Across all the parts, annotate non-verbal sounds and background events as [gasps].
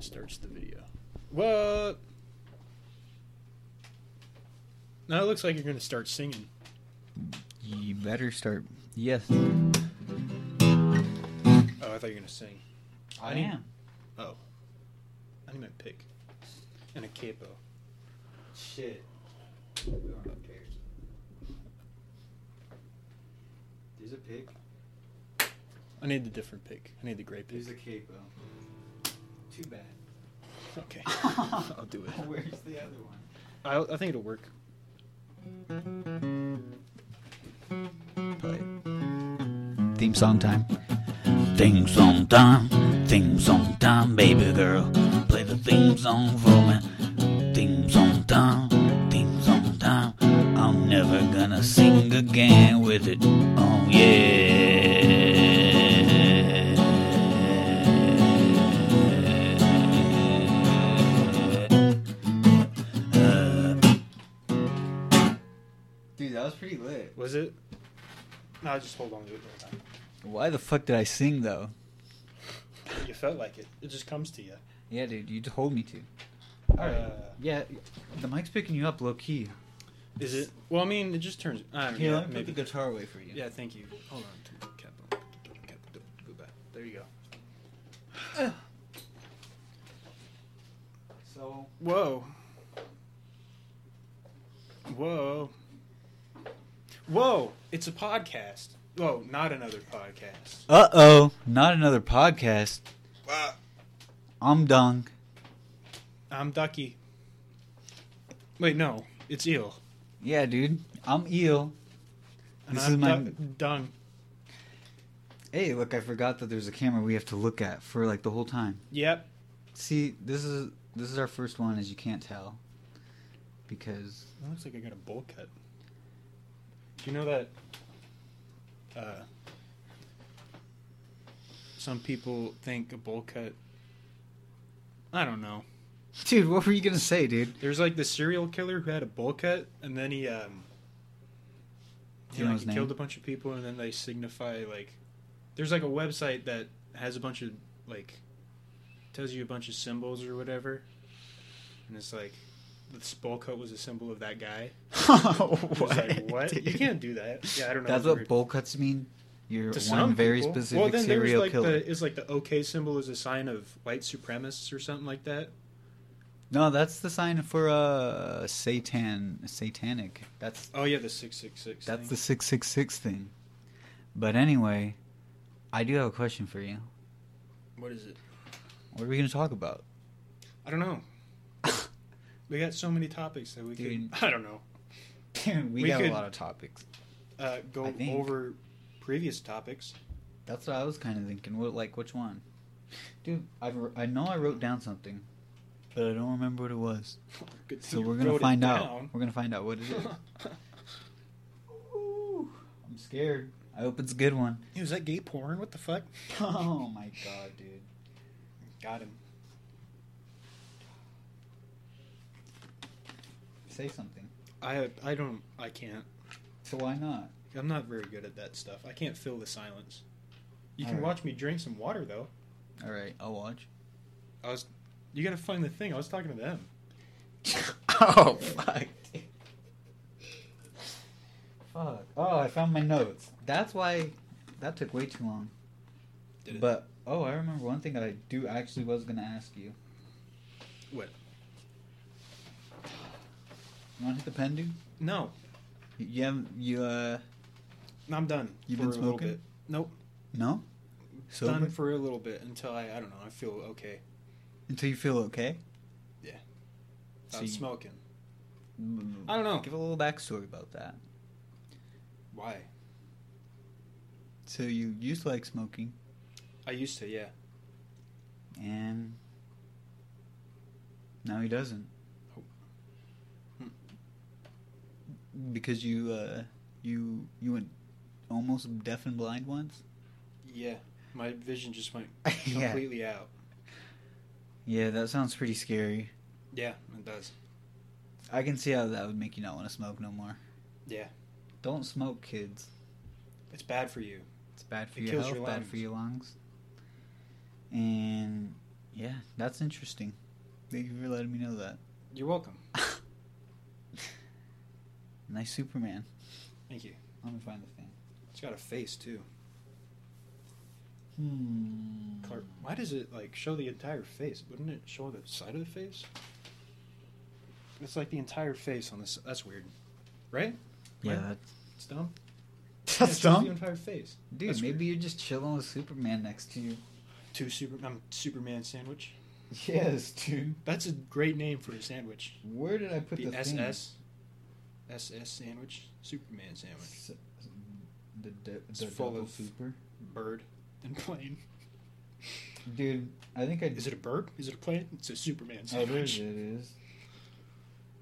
starts the video. What? Now it looks like you're going to start singing. You better start. Yes. Oh, I thought you were going to sing. I need- am. Oh. I need my pick. And a capo. Shit. We aren't upstairs. There's a pig. I need the different pick. I need the gray pick. There's a capo. Too bad. [laughs] [laughs] Okay. I'll do it. Where's the other one? I, I think it'll work. Theme song time. Theme song time. Theme song time, baby girl. Play the theme song for me. Theme song time. Theme song time. I'm never gonna sing again with it. Oh yeah. Uh. Dude, that was pretty lit. Was it? No, just hold on to it the whole time. Why the fuck did I sing though? You felt like it. It just comes to you. Uh, Yeah, dude, you told me to. All right. Yeah, the mic's picking you up low key. is it? Well, I mean, it just turns. I don't know. Uh, yeah, maybe. guitar away for you. Yeah, thank you. Hold on to my cap. Cap, Go back. There you go. So Whoa. Whoa. Whoa! It's a podcast. Whoa, not another podcast. Uh oh, not another podcast. I'm Dong. I'm Ducky. Wait, no, it's Eel. Yeah, dude. I'm Eel. And This I'm is my- Du- Dung. Hey, look, I forgot that there's a camera we have to look at for like the whole time. Yep. See, this is this is our first one as you can't tell. Because It looks like I got a bowl cut. Do you know that uh, some people think a bowl cut? I don't know. Dude, what were you gonna say, dude? [laughs] There's like the serial killer who had a bowl cut, and then he um, Do he, you know like, his he killed name? a bunch of people, and then they signify like there's like a website that has a bunch of like tells you a bunch of symbols or whatever, and it's like this bowl cut was a symbol of that [laughs] guy. It was like, what? dude? You can't do that. Yeah, I don't know. That's It's what weird. bowl cuts mean. You're To one some very people. specific well, then there's serial like killer. The, is like the OK symbol is a sign of white supremacists or something like that. No, that's the sign for uh Satan satanic. That's Oh yeah, the six six six. that's the six six six thing. But anyway, I do have a question for you. what is it? What are we gonna talk about? [laughs] I don't [laughs] know. we got so many topics that we Dude. could. I don't know. we, We got could- a lot of topics. Uh, go I think. over previous topics. That's what I was kind of thinking. What like which one? Dude, I I know I wrote down something, but I don't remember what it was. [laughs] Good So thing you we're gonna wrote it find out. down. [laughs] We're gonna find out what it is. Ooh, I'm scared. I hope it's a good one. Hey, was that gay porn? What the fuck? Oh my god, dude. Got him. Say something. I I don't. I can't. So why not? I'm not very good at that stuff. I can't fill the silence. You can Alright. watch me drink some water though. All right, I'll watch. [laughs] I was. You gotta find the thing. I was talking to them. oh fuck. Fuck. Oh, I found my notes. That's why that took way too long. Did it? But oh, I remember one thing that I do actually was gonna ask you. What? You want to hit the pen, dude? No, You- You haven't. You uh. I'm done. You've for been a little smoking? bit. Nope. No. Done Sober for a little bit until I. I don't know. I feel okay. until you feel okay. Yeah. So Stop you- smoking. Mm. I don't know. Give a little backstory about that. Why? So you used to like smoking, I used to. Yeah. and now he doesn't. Oh. Hmm. Because you uh you you went almost deaf and blind once. [laughs] Yeah. My vision just went yeah. completely out. Yeah, that sounds pretty scary. Yeah, it does. I can see how that would make you not want to smoke no more. Yeah. Don't smoke, kids. It's bad for you. It's bad for It your kills health, your bad lungs. for your lungs. And Yeah, that's interesting. Thank you for letting me know that. You're welcome. [laughs] Nice Superman. Thank you. Let me find the thing. It's got a face too. Hmm. Clark, why does it like show the entire face? Wouldn't it show the side of the face? It's like the entire face on this. That's weird, right? Yeah, Right? that's, It's dumb. Yeah, it [laughs] that's shows dumb. The entire face. Dude, That's maybe you're just chilling with Superman next to you. Two super. um, Superman sandwich. [laughs] Yes, dude. That's a great name for a sandwich. Where did I put the the, thing? SS. SS sandwich. Superman sandwich. S- The, the, It's the full double of- super. Bird [laughs] and plane. Dude, I think I. Is it a bird? Is it a plane? It's a Superman oh, there it sandwich. is.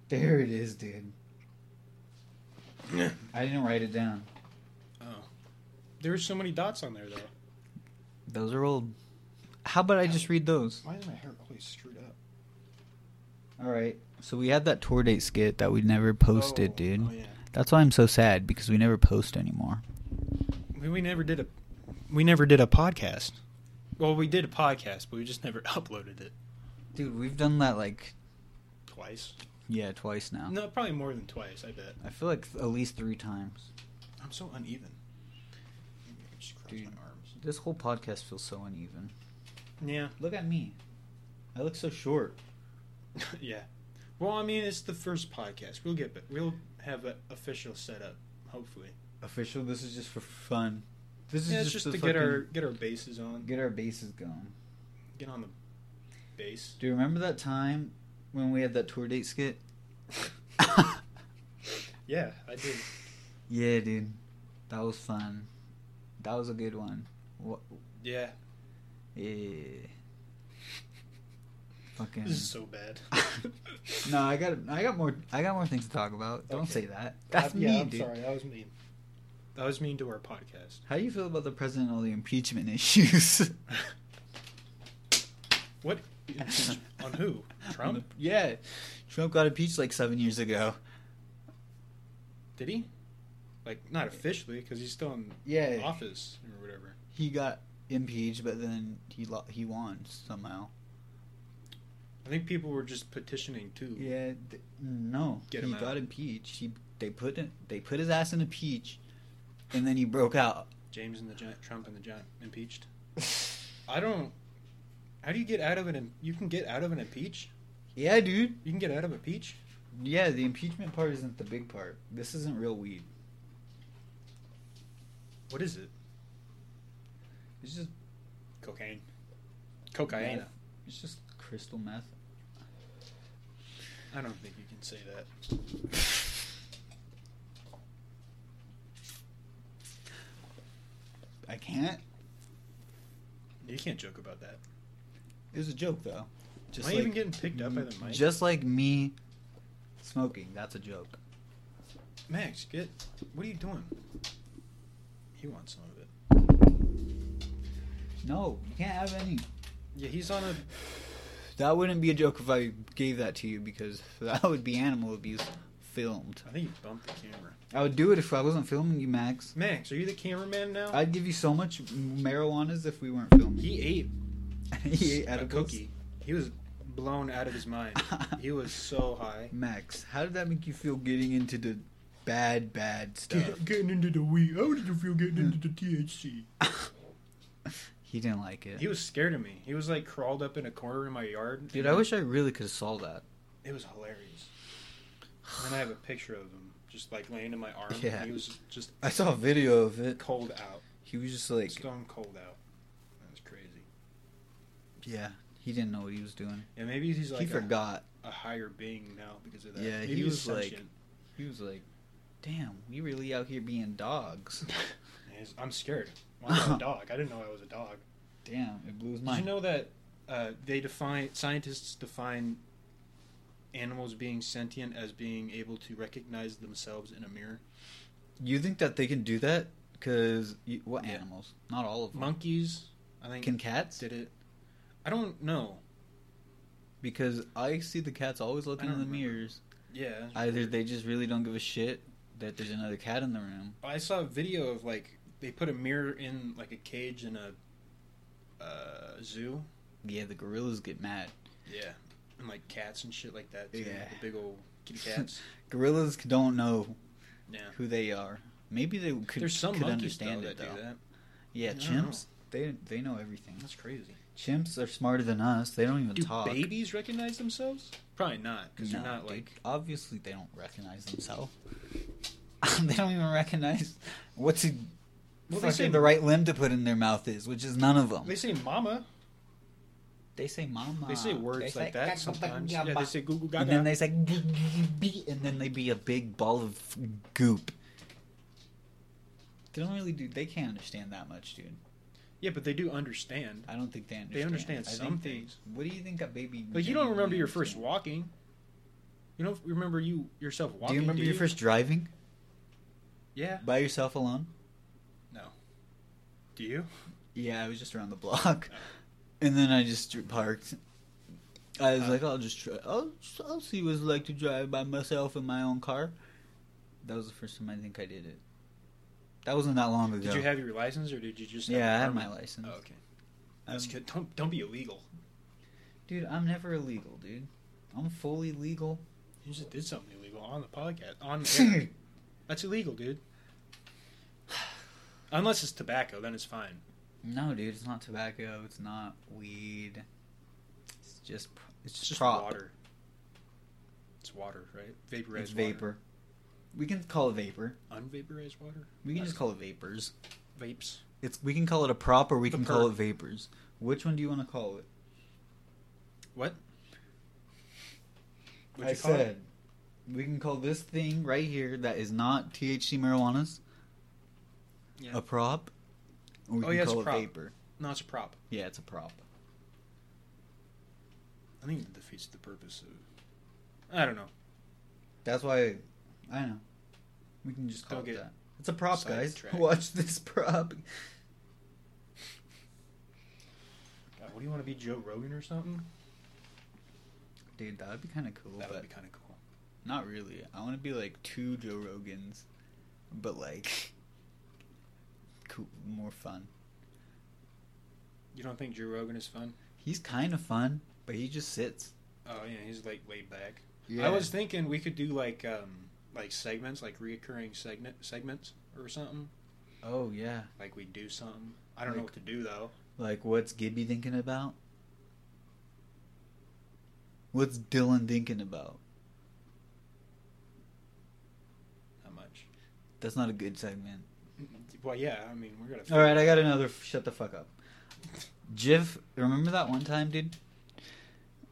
There it is, dude. I didn't write it down. oh. There are so many dots on there though. Those are old. How about I just read those? Why is my hair always screwed up? All right. So we had that tour date skit that we never posted, Oh, dude. Oh yeah. That's why I'm so sad because we never post anymore. We, we never did a we never did a podcast. Well, we did a podcast, but we just never [laughs] uploaded it Dude, we've done that like twice. yeah twice now. No, probably more than twice. I bet. I feel like at least three times. I'm so uneven. Maybe I can just cross Dude. my arms. This whole podcast feels so uneven. Yeah, [laughs] Look at me. I look so short. yeah. Well, I mean, it's the first podcast. We'll get ba- we'll have an official setup, hopefully. Official. This is just for fun. This is Yeah, it's just, just, to the get our fucking- get our bases on, get our bases going. get on the base. Do you remember that time when we had that tour date skit? Yeah, I [laughs] did. yeah, dude, that was fun. That was a good one. What? Yeah, Yeah. Fucking. this is so [laughs] bad. No, I got I got more I got more things to talk about. Don't Okay. say that. That's I- me, yeah, I'm dude. sorry, that was mean. That was mean to our podcast. How do you feel about the president and all the impeachment issues? [laughs] What? [laughs] on who? Trump? yeah, Trump got impeached like seven years ago. Did he? Like, not officially, because he's still in Yeah, office or whatever. he got impeached, but then he lo- he won somehow. I think people were just petitioning too. Yeah, th- no, Get he him out. got impeached. He they put him, they put his ass in a peach, and then he broke out. James and the giant, Trump and the giant impeached. I don't. How do you get out of an? im- You can get out of an impeach. yeah, dude. You can get out of a peach. Yeah, the impeachment part isn't the big part. This isn't real weed. What is it? It's just Cocaine. Cocaine. meth. It's just crystal meth. I don't think you can say that. I can't. You can't joke about that. It was a joke though. Just Am I even getting picked up by the mic? Just like me smoking. That's a joke. Max, get. What are you doing? He wants some of it. No, you can't have any. Yeah, he's on a That wouldn't be a joke if I gave that to you because [laughs] that would be animal abuse filmed. I think you bumped the camera. I would do it if I wasn't filming you, Max. Max, are you the cameraman now? I'd give you so much marijuanas if we weren't filming. he ate [laughs] He ate a edibles. [laughs] cookie. He was blown out of his mind. he was so [laughs] high. Max, how did that make you feel getting into the bad, bad stuff? getting into the weed. How did you feel getting into the THC? he didn't like it. He was scared of me. He was like crawled up in a corner in my yard. Dude, I wish I really could have saw that. it was hilarious. And then I have a picture of him just like laying in my arm. [laughs] Yeah. He was just I saw a video of it. cold out, He was just like, stone cold out. That was crazy. yeah, he didn't know what he was doing. And maybe he's like he a, forgot. a higher being now because of that. Yeah, Maybe he was, like- sentient. He was like, damn, we really out here being dogs. And he's- I'm scared. Well, [laughs] I'm a dog. I didn't know I was a dog. damn, it blew his Did you mind. know that uh, they define scientists define animals being sentient as being able to recognize themselves in a mirror? You think that they can do that? Because what Yeah. animals? Not all of them. Monkeys, I think, Can cats? did it. I don't know. Because I see the cats always looking in don't the remember. mirrors. Yeah, Either they just really don't give a shit that there's another cat in the room. I saw a video of like they put a mirror in like a cage in a uh, zoo, yeah, the gorillas get mad. Yeah. And like cats and shit like that. Too. Yeah. The big old kitty [laughs] cats. Gorillas don't know yeah. who they are. Maybe they could, There's some could monkeys though, understand that it do though. that. Yeah, I don't know. chimps. They they know everything. That's crazy. Chimps are smarter than us. They don't even Do talk. babies recognize themselves? Probably not, because No, they're not dude. like obviously they don't recognize themselves. [laughs] they don't even recognize what's a, Well, they fucking say- the right limb to put in their mouth is, which is none of them. they say mama. They say mama. They say words They like say that sometimes. Yeah, they say Google Gaga. and then they say "Gee, gee, gee," and then they be a big ball of goop. They don't really do. They can't understand that much, dude. yeah, but they do understand. I don't think they understand. They understand I think some they- things. What do you think a baby? Like you don't baby remember your understands? first walking. You don't remember you yourself walking. Do you remember your first driving Yeah. by yourself alone? No. Do you? Yeah, I was just around [laughs] the block, and then I just dr- parked. I was Uh. like, I'll just try. I'll, I'll see what it's like to drive by myself in my own car. That was the first time I think I did it. That wasn't that long ago. Did you have your license or did you just? Yeah, I your had my permit? license. Oh, okay. That's Um, good. Don't don't be illegal. Dude, I'm never illegal, dude. I'm fully legal. [sighs] You just did something illegal on the podcast. On the [laughs] air. that's illegal, dude. Unless it's tobacco, then it's fine. no, dude, it's not tobacco. It's not weed. It's just pr- it's It's just just prop. water. It's water, right? Vaporized It's vapor. We can call it vapor. Water. Unvaporized water? We can just call it vapors. Vapes. It's we can call it a prop or we The can perp. call it vapors. Which one do you want to call it? What? What'd you I call it? said we can call this thing right here that is not THC marijuana's Yeah. a prop. Or we Oh, can yeah, it's a call it prop. vapor. No, it's a prop. Yeah, it's a prop. I think it defeats the purpose of. I don't know. That's why I know. We can just call Don't it get that. It's a prop, guys. [laughs] sidetracked. Watch this prop. God, what do you want to be, Joe Rogan or something? Dude, that would be kind of cool, That but would be kind of cool. not really. I want to be like two Joe Rogans, [laughs] but like cool, more fun. You don't think Joe Rogan is fun? He's kind of fun, but he just sits. Oh yeah, he's like laid back. Yeah. I was thinking we could do like um like segments, like reoccurring segment segments or something. Oh yeah. Like we do something. I don't know Like- what to do though. Like, what's Gibby thinking about? What's Dylan thinking about? How much? That's not a good segment. Well, yeah. I mean, we're gonna. All right, I got another. f- Shut the fuck up. Jif, remember that one time, dude,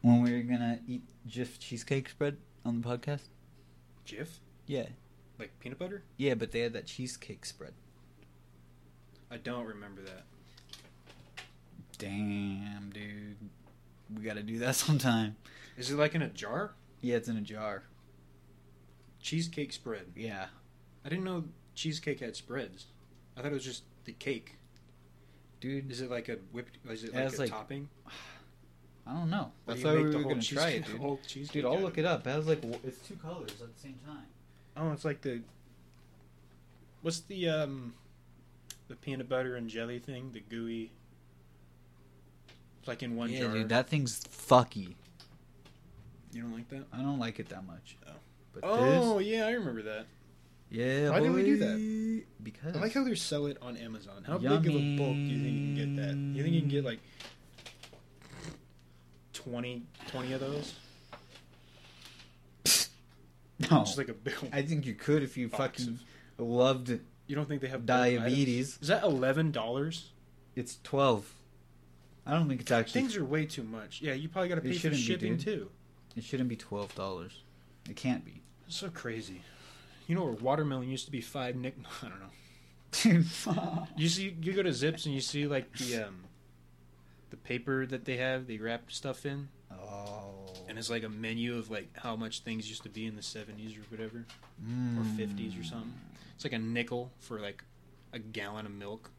when we were gonna eat Jif cheesecake spread on the podcast? Jif, Yeah, like peanut butter. yeah, but they had that cheesecake spread. I don't remember that. Damn, dude, we gotta [laughs] do that sometime. Is it like in a jar? Yeah, it's in a jar. Cheesecake spread. Yeah, I didn't know cheesecake had spreads. I thought it was just the cake. dude, Is it like a whipped? Is it Yeah, like it's a like- topping? I don't know. Or That's do you why we make were the whole gonna try it, [laughs] cheesecake- dude. whole cheesecake Dude, I'll out of look it up. It has like w- it's two colors at the same time. Oh, it's like the. What's the um, the peanut butter and jelly thing? The gooey. It's like in one yeah, jar. dude, that thing's fucky. You don't like that? I don't like it that much. Oh. But Oh yeah, I remember that. Yeah. Why did we do that? Because I like how they sell it on Amazon. How big of a Yummy. bulk do you think you can get that? You think you can get like 20, 20 of those? no. Just like a big. I think you could if you box fucking of- loved you don't think they have bulk items? diabetes. Is that eleven dollars? It's twelve. I don't think it's actually. Things are way too much. Yeah, you probably got to It pay for shouldn't be, shipping dude. too. It shouldn't be twelve dollars. It [laughs] can't be. [laughs] So crazy. You know where watermelon used to be five nick? [laughs] I don't know. Dude, Oh. You see, you go to Zips and you see like the um, the paper that they have they wrap stuff in, oh. and it's like a menu of like how much things used to be in the seventies or whatever, or Mm. fifties or something. It's like a nickel for like a gallon of milk.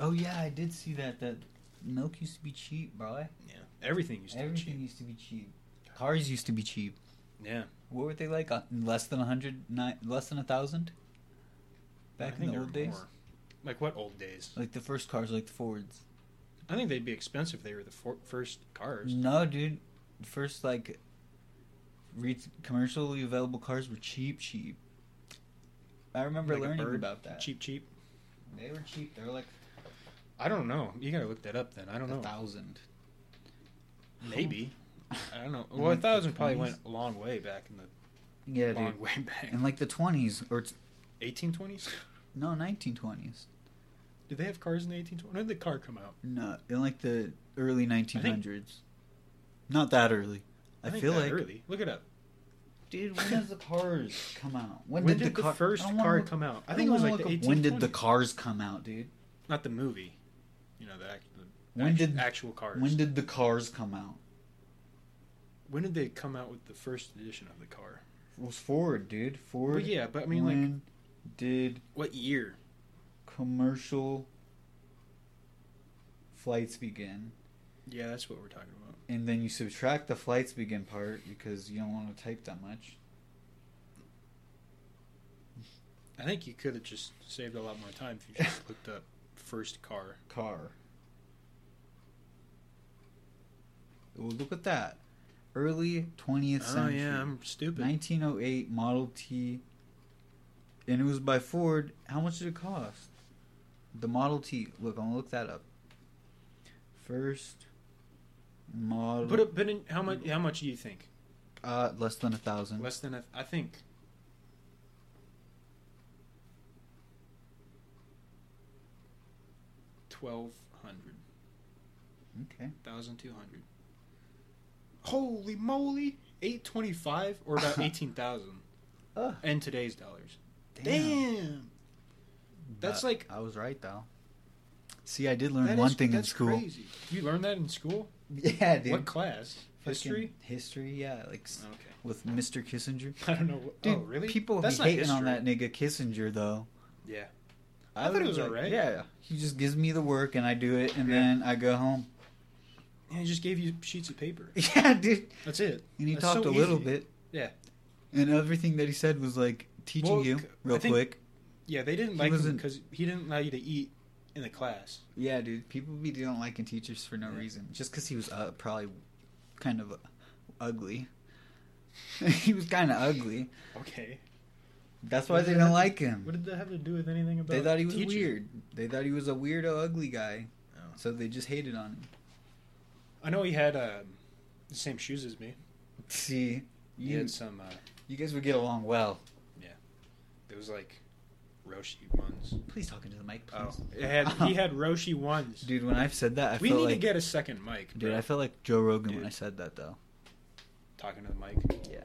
Oh yeah, I did see that. That milk used to be cheap, bro. Yeah, everything used to Everything be cheap. used to be cheap. Cars used to be cheap. Yeah, What were they like? Uh, less than a hundred, ni- less than a thousand. I Back in think the there old were days, more. Like what old days? like the first cars, like the Fords. I think they'd be expensive if they were the for- first cars. No, dude. First, like, re- commercially available cars were cheap, cheap. I remember Like a learning bird, about that. Cheap, cheap. They were cheap. They were like I don't know. You gotta look that up then. I a don't know. thousand. Maybe. I don't know. In, Well, like, a the thousand probably 20s? went a long way back in the Yeah, long dude. way back. In like the twenties or t- Eighteen twenties? no, nineteen twenties. Did they have cars in the eighteen twenties? When did the car come out? No, in like the early nineteen hundreds. Not that early. I, think feel that like, early. Look it up. dude, when does the cars [laughs] come out? When, did, the, car- first I don't wanna car look- come out? I don't think it was wanna like the look up eighteen. When did the cars come out, dude? Not the movie. You know the, act, the When act- did- actual cars. When did the cars come out? When did they come out with the first edition of the car? It was Ford, dude. Ford. Well, yeah, but I mean, like, when did what year? commercial flights begin? Yeah, that's what we're talking about. And then you subtract the flights begin part because you don't want to type that much. I think you could have just saved a lot more time if you just looked up first car. Car. Well, look at that. Early 20th Oh century. yeah, I'm stupid. 1908 Model T. And it was by Ford. How much did it cost? The Model T. Look, I'm gonna look that up. First model. But it- but in, how much how much do you think? uh, less than a thousand. Less than a, I think. Twelve hundred, Okay. thousand two hundred. Holy moly! Eight twenty-five, or [laughs] about eighteen thousand, Ugh. in today's dollars. Damn. That's But like- I was right though. See, I did learn That one is- thing in that's school. Crazy. You learned that in school? [laughs] Yeah, dude. What class? Fucking History? History, yeah, like s- Okay. [laughs] with Mr. Kissinger. I don't know. What, Dude, oh, really? people That's be not hating on that history. nigga Kissinger though. Yeah. I thought it was alright. Yeah, he just gives me the work and I do it, and Yeah. then I go home. [laughs] And he just gave you sheets of paper. Yeah, dude. That's it. And he That's talked so a little easy. bit. Yeah. And everything that he said was like teaching Well, you c- real I think- quick. Yeah, they didn't like him wasn't- because he didn't allow you to eat in the class. Yeah, dude. People be don't liking teachers for no Yeah. reason, just because he was uh, probably kind of ugly. [laughs] he was kind of ugly. Okay. That's why What they did that have- didn't like him. What did that have to do with anything about? They thought he was teaching? weird. They thought he was a weirdo, ugly guy. Oh. So they just hated on him. [laughs] I know he had um, the same shoes as me. See, He you, had some. Uh, you guys would get along well. it was like Roshi ones. Please talk into the mic, please. Oh, it had [laughs] he had Roshi ones. Dude, when I've said that, I we felt need like to get a second mic, dude, bro. I felt like Joe Rogan when Dude. I said that though. talking to the mic. Yeah,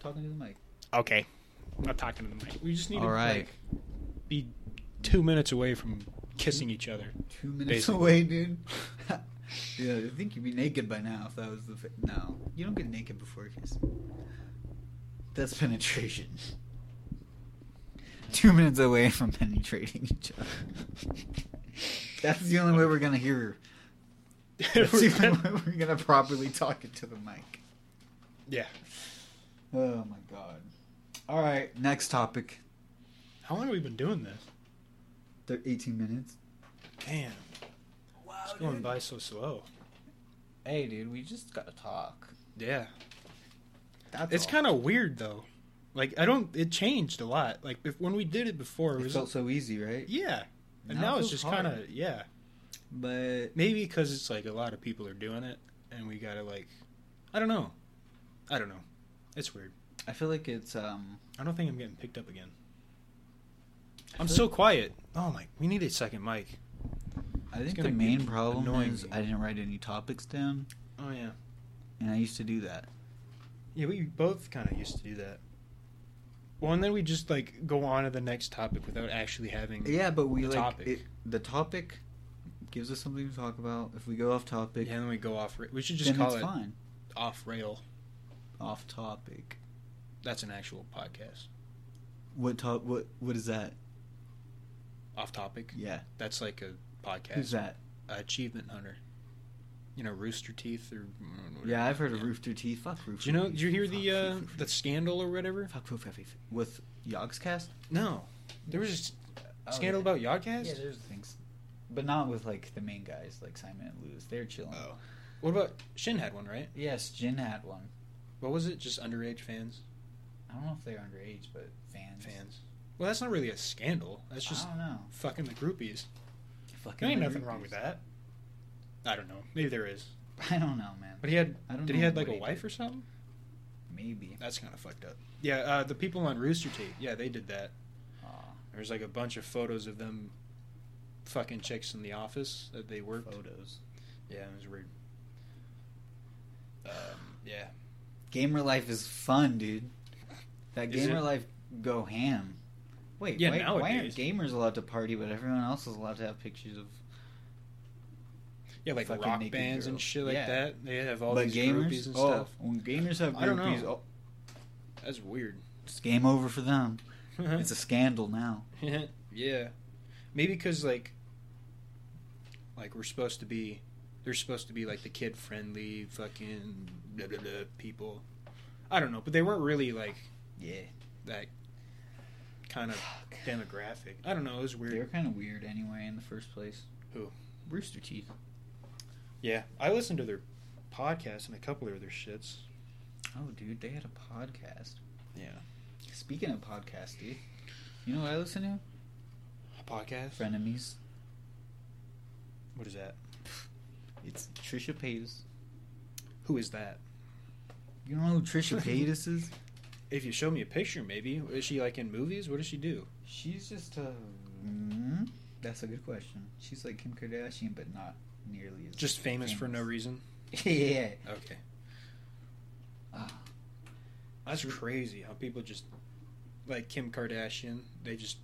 talking to the mic. Okay. I'm not talking to the mic. We just need All to right. like, be two minutes away from kissing each [laughs] other. [laughs] Two minutes Basically. [laughs] away, dude. yeah, I think you'd be naked by now if that was the. Fa- no, you don't get naked before a kiss. That's penetration. Two minutes away from penetrating each other. [laughs] That's the only way we're gonna [laughs] hear. That's the [laughs] only way we're gonna properly talk into the mic. yeah. Oh my god. All right, next topic. How long have we been doing this? They're 18 minutes. Damn, Wow, it's going by so slow. Hey, dude, we just gotta talk. Yeah. That's It's kind of weird though. Like I don't. It changed a lot. Like if, when we did it before, it It was felt so easy, right? yeah. And Now now, it it's feels just kind hard. of yeah. But Maybe because it's like a lot of people are doing it, and we gotta like, I don't know, I don't know. It's weird. I feel like it's um. I don't think I'm getting picked up again. I I'm feel so quiet. Oh my, we need a second mic. I think gonna the main be problem annoying. is I didn't write any topics down, Oh yeah, and I used to do that. yeah. We both kind of used to do that. Well, and then we just like go on to the next topic without actually having. Yeah, but we The like topic. It, the topic gives us something to talk about. If we go off topic, Yeah, and then we go off. Ra- we should just then call it's it fine. off rail. Off topic. That's an actual podcast. What top? What what is that? Off topic. Yeah, That's like a podcast. who's that? Achievement Hunter. You know, Rooster Teeth or mm, whatever. Yeah, I've heard of Rooster Teeth. Fuck Rooster. Do you know? Teeth. Did you hear Fuck the [laughs] uh, Rooster the scandal or whatever? Teeth. Fuck Rooster Teeth. with Yogscast? Oh, No, there was a s- scandal about Yodcast. there's things. but not with like the main guys like Simon and Luz. They're chilling. Oh. What about Shin had one, right? Yes, Jin had one. What was it? Just underage fans? I don't know if they're underage, but fans. Oh. Fans. Well, that's not really a scandal. That's just I don't know. fucking the groupies. Fucking There ain't the nothing wrong groupies. with that. I don't know. Maybe there is. [laughs] I don't know, man. But he had. I don't Did he know had like what a he wife did. or something? Maybe. That's kind of fucked up. Yeah, uh, the people on Rooster Teeth. Yeah, they did that. Aw, There's like a bunch of photos of them fucking chicks in the office that they worked. photos. Yeah, it was weird. Um, yeah. Gamer life is fun, dude. That Is gamer it? life go ham. Wait, Yeah, why, why nowadays. aren't gamers allowed to party, but everyone else is allowed to have pictures of? Yeah, like Fucking rock naked bands and girls. shit like Yeah. that. They have all but these gamers, groupies and oh, stuff. when gamers have I don't know. groupies, oh, That's weird. [laughs] it's game over for them. It's a scandal now. yeah, maybe because like, like we're supposed to be, they're supposed to be like the kid friendly fucking blah, blah, blah, people. I don't know, but they weren't really like Yeah, that kind of Fuck. demographic. I don't know. It was they were weird. kind of weird anyway in the first place. Who? Rooster Teeth. Yeah, I listened to their podcast and a couple of their shits. Oh, dude, they had a podcast. Yeah, Speaking of podcasts, dude, you know what I listen to? a podcast. Frenemies. What is that? It's Trisha Paytas. Who is that? You know who [laughs] Trisha Paytas is? If you show me a picture, maybe is she like in movies? What does she do? She's just uh, a. Mm, that's a good question. She's like Kim Kardashian, but not nearly as. Just famous, for no reason. [laughs] yeah. Okay. Ah. That's crazy how people just like Kim Kardashian. They just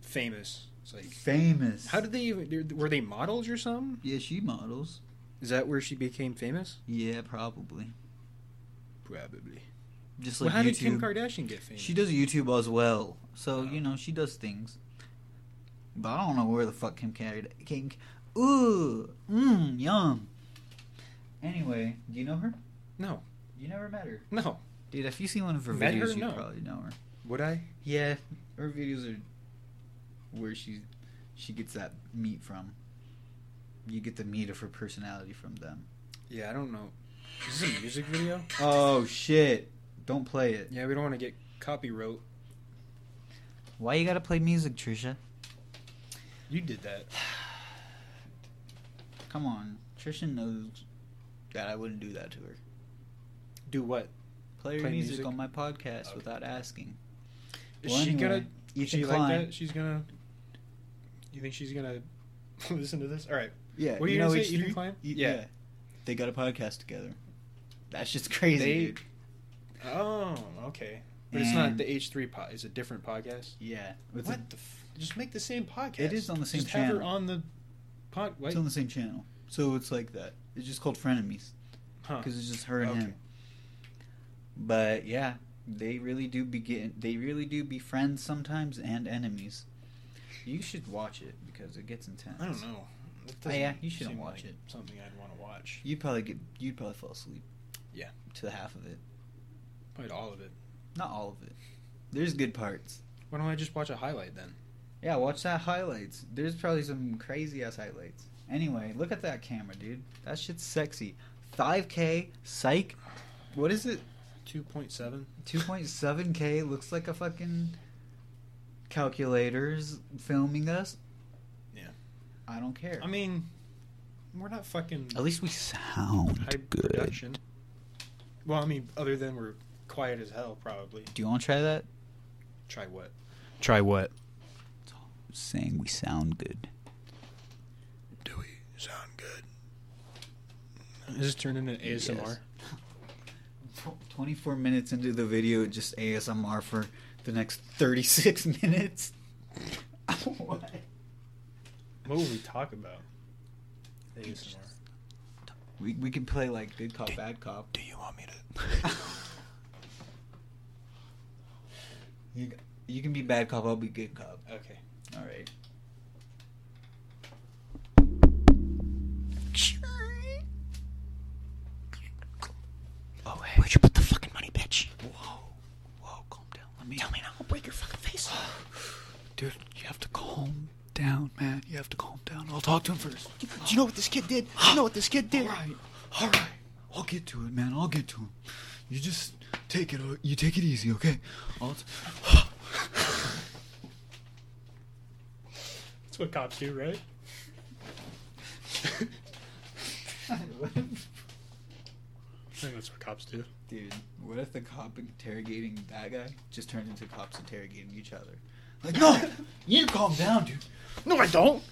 famous. It's like famous. how did they even? Were they models or something? Yeah, she models. Is that where she became famous? Yeah, probably. Probably. Just Well, like how YouTube. did Kim Kardashian get famous? she does YouTube as well, so Oh. you know she does things. But I don't know where the fuck Kim Kardashian. Kim. Ooh, mmm, yum. Anyway, do you know her? No, You never met her, no. dude. If you see one of her Met her? videos, you No. probably know her. Would I? Yeah, her videos are where she she gets that meat from. You get the meat of her personality from [laughs] them. Yeah, I don't know. Is this a music video? Oh shit! Don't play it. Yeah, we don't want to get copyright. Why you gotta play music, Trisha? You did that. Come on, Trisha knows that I wouldn't do that to her. Do what? Play, her Play music, music? on my podcast Okay. without asking. Is Well, she anyway, gonna? Ethan she Klein- like that? She's gonna. You think she's gonna [laughs] listen to this? All right. Yeah. What are you know gonna say, it's Ethan true? Klein? E- Yeah. They got a podcast together. That's just crazy, They- dude. Oh, okay. But it's not And- the H three pod. It's a different podcast. Yeah. With what the- the? F- just make the same podcast. It is on the same Just have her channel. on the pod. What? it's on the same channel, so it's like that. It's just called frenemies. Huh. because it's just her and Okay. him. But yeah, they really do begin. They really do be friends sometimes and enemies. You should watch it because it gets intense. I don't know. That Oh, yeah, doesn't you shouldn't seem watch it. Something I'd want to watch. You'd probably get. You'd probably fall asleep. Yeah. To the half of it, Probably all of it. not all of it. There's good parts. Why don't I just watch a highlight then? Yeah, watch that highlights. There's probably some crazy ass highlights. Anyway, look at that camera, dude. That shit's sexy. 5K, psych. What is it? Two point seven. 2.7k looks like a fucking calculator's filming us. Yeah. I don't care. I mean, we're not fucking At least we sound high production. Well, I mean, other than we're quiet as hell, probably. Do you want to try that? Try what? Try what? Saying we sound good. Do we sound good? Is this turned into ASMR? Tw- 24 minutes into the video, just ASMR for the next 36 [laughs] minutes. what? What would we talk about? ASMR. We, we can play like good cop, bad cop. Do you want me to? [laughs] You, you can be bad cop, I'll be good cop. okay. Alright. Oh, hey. Where'd you put the fucking money, bitch? Whoa. [sighs] Whoa, calm down. Let me. Tell me now. I'll break your fucking face. Dude, you have to calm down, man. You have to calm down. I'll talk to him first. Do you know what this kid did? Do you know what this kid [gasps] All did? right, all right. I'll get to it, man. I'll get to him. You just take it. uh, You take it easy, okay? I'll t- That's what cops do, right? [laughs] I think that's what cops do. Dude, what if the cop interrogating that guy just turns into cops interrogating each other? Like, [laughs] no! you need to calm down, dude. No, I don't.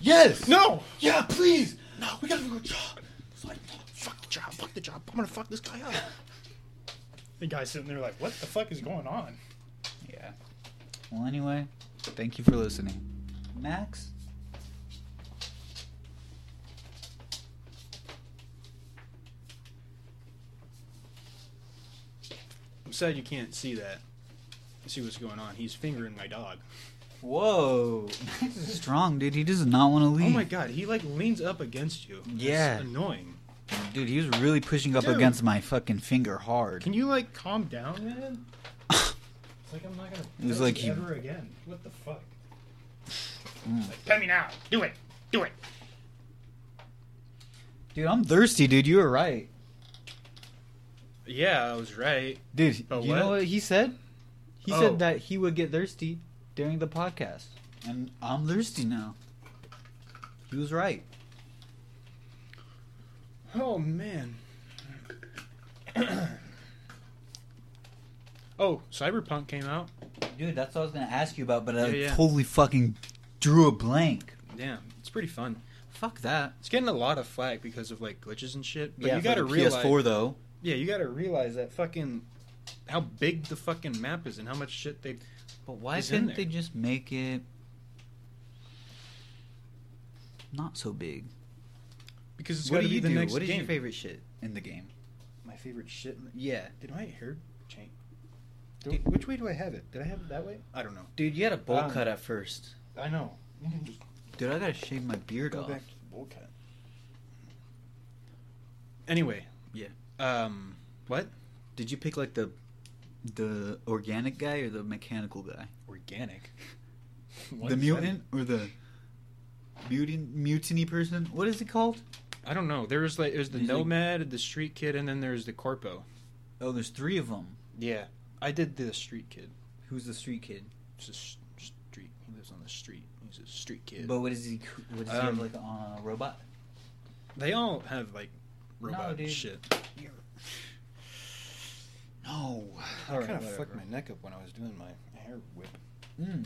Yes! No. Yeah, please! No, we gotta do a job. It's like, Fuck the job. Fuck the job. I'm gonna fuck this guy up. The guy's sitting there like, what the fuck is going on? yeah. well, anyway, thank you for listening. Max? I'm sad you can't see that. See what's going on. He's fingering my dog. Whoa. Max is strong, dude. He does not want to leave. Oh my god, he like leans up against you. That's Yeah. annoying. Dude, he was really pushing up Dude. against my fucking finger hard. Can you like calm down, man? it's like I'm not gonna. It was touch like you he- ever again. What the fuck? Mm. Like, pet me now. Do it. Do it. Dude, I'm thirsty, dude. You were right. Yeah, I was right. Dude, Oh, you know what? what he said? He Oh. said that he would get thirsty during the podcast. And I'm thirsty now. He was right. Oh man. [clears throat] oh, Cyberpunk came out. Dude, that's what I was going to ask you about, but I Yeah, yeah. totally fucking drew a blank. Damn, it's pretty fun. Fuck that. It's getting a lot of flack because of like glitches and shit. But yeah, you gotta for the realize. PS4 though. Yeah, you gotta realize that fucking how big the fucking map is and how much shit they. But why It's in couldn't they there. just make it not so big? Because it's what gotta do be you the do? next What is game. your favorite shit in the game? My favorite shit. in the- Yeah, Did my hair change? Do- Dude. which way do I have it? Did I have it that way? I don't know. dude, you had a bowl Um, cut at first. I know. You can just Dude, I gotta shave my beard go off. back to the bowl cut. Anyway. Yeah. Um. What? Did you pick like the the organic guy or the mechanical guy? [laughs] Organic. the mutant or the mutant mutiny person? What is it called? I don't know. There was like there's the He's like- nomad, the street kid, and then there's the corpo. Oh, there's three of them. Yeah. I did the street kid. Who's the street kid? It's a s- street. He lives on the street. He's a street kid. But what is he? What is Um, he like on a robot? they all have like No, robot dude. shit. No. I kind of fucked my neck up when I was doing my hair whip. Mm.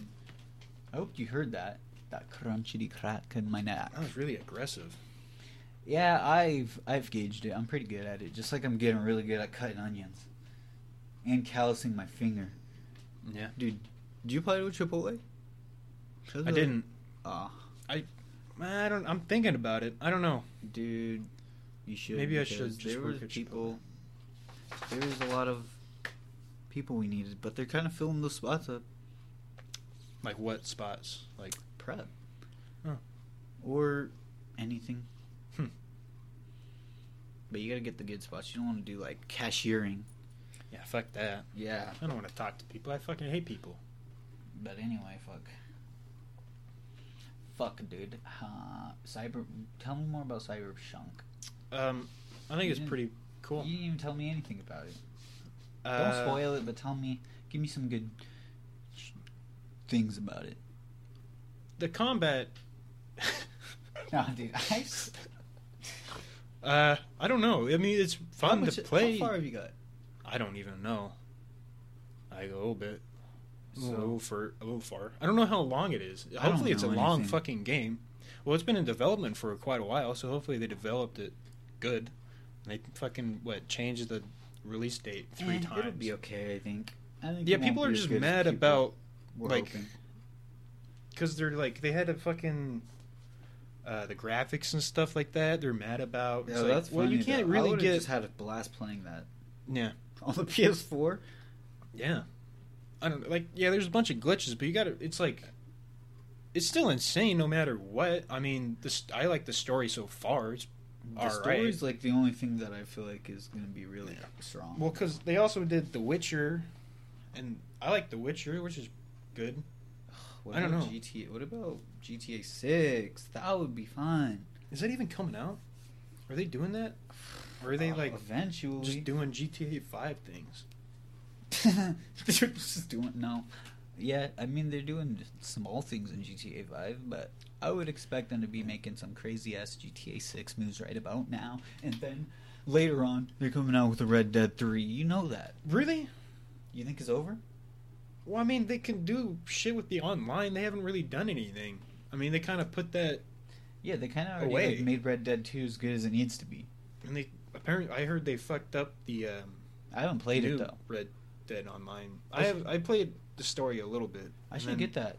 I hope you heard that. That crunchy crack in my neck. I was really aggressive. Yeah, I've I've gauged it. I'm pretty good at it. Just like I'm getting really good at cutting onions and callousing my finger. Yeah. Dude, do you play with Chipotle? I didn't. Ah, I don't. I'm thinking about it. I don't know. dude, you should. Maybe I because should just There were work at people. There was a lot of people we needed, but they're kind of filling those spots up. Like what spots? Like Prep. Oh. Or anything. Hmm. But you gotta get the good spots. You don't want to do like cashiering. yeah, fuck that. Yeah. I don't want to talk to people. I fucking hate people. But anyway, fuck. Fuck, dude. Uh, cyber. Tell me more about Cyber Shunk. Um, I think it's Yeah. pretty cool. You didn't even tell me anything about it. Uh, Don't spoil it, but tell me. Give me some good sh- things about it. [laughs] the combat. [laughs] No, dude. I s- uh, I don't know. I mean, it's how fun much- to play. How far have you got? I don't even know. I go a little bit. A So- little for a little far. I don't know how long it is. I don't Hopefully, it's a know long anything. fucking game. Well, it's been in development for quite a while, so hopefully they developed it good. They fucking what changed the release date three Eh, times. It'll be okay, I think. I think Yeah, it won't people be are as just good as mad people about were like- hoping. because they're like they had a fucking uh, the graphics and stuff like that. They're mad about. It's Yeah, like, that's well, you funny, can't though. I really would've get. just had a blast playing that [laughs] yeah, on the PS4. yeah. I don't like. Yeah, there's a bunch of glitches, but you got to. It's like it's still insane, no matter what. I mean, this I like the story so far. It's The all right. story's like the only thing that I feel like is gonna be really strong. Well, because they also did The Witcher, and I like The Witcher, which is good. [sighs] What I don't about know. GTA. What about GTA Six? That would be fun. Is that even coming out? Are they doing that? Or are they Uh, like eventually just doing GTA Five things? [laughs] they're just doing no. Yeah, I mean they're doing small things in GTA Five, but I would expect them to be making some crazy ass GTA Six moves right about now, and then later on they're coming out with a Red Dead Three. You know that. Really? You think it's over? Well, I mean, they can do shit with the online. They haven't really done anything. I mean, they kind of put that, Yeah, they kind of already Away. like, made Red Dead Two as good as it needs to be. and they apparently I heard they fucked up the um, I haven't played new it though. Red Dead Online. I have I played the story a little bit. I and should then get that.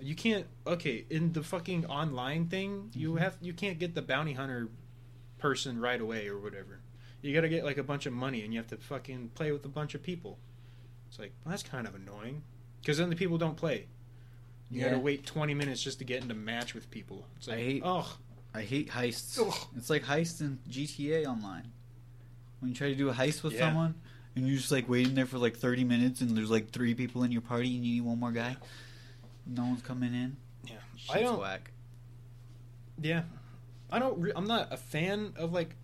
You can't. Okay, in the fucking online thing, you Mhm. have you can't get the bounty hunter person right away or whatever. You got to get like a bunch of money, and you have to fucking play with a bunch of people. It's like well, that's kind of annoying because then the people don't play. You Yeah. gotta wait twenty minutes just to get into match with people. It's I like, hate- oh, I hate heists. Ugh. It's like heists in GTA Online. When you try to do a heist with Yeah. someone, and you're just like waiting there for like 30 minutes, and there's like three people in your party, and you need one more guy. No one's coming in. yeah. Shit's I don't. whack. Yeah, I don't. Re- I'm not a fan of like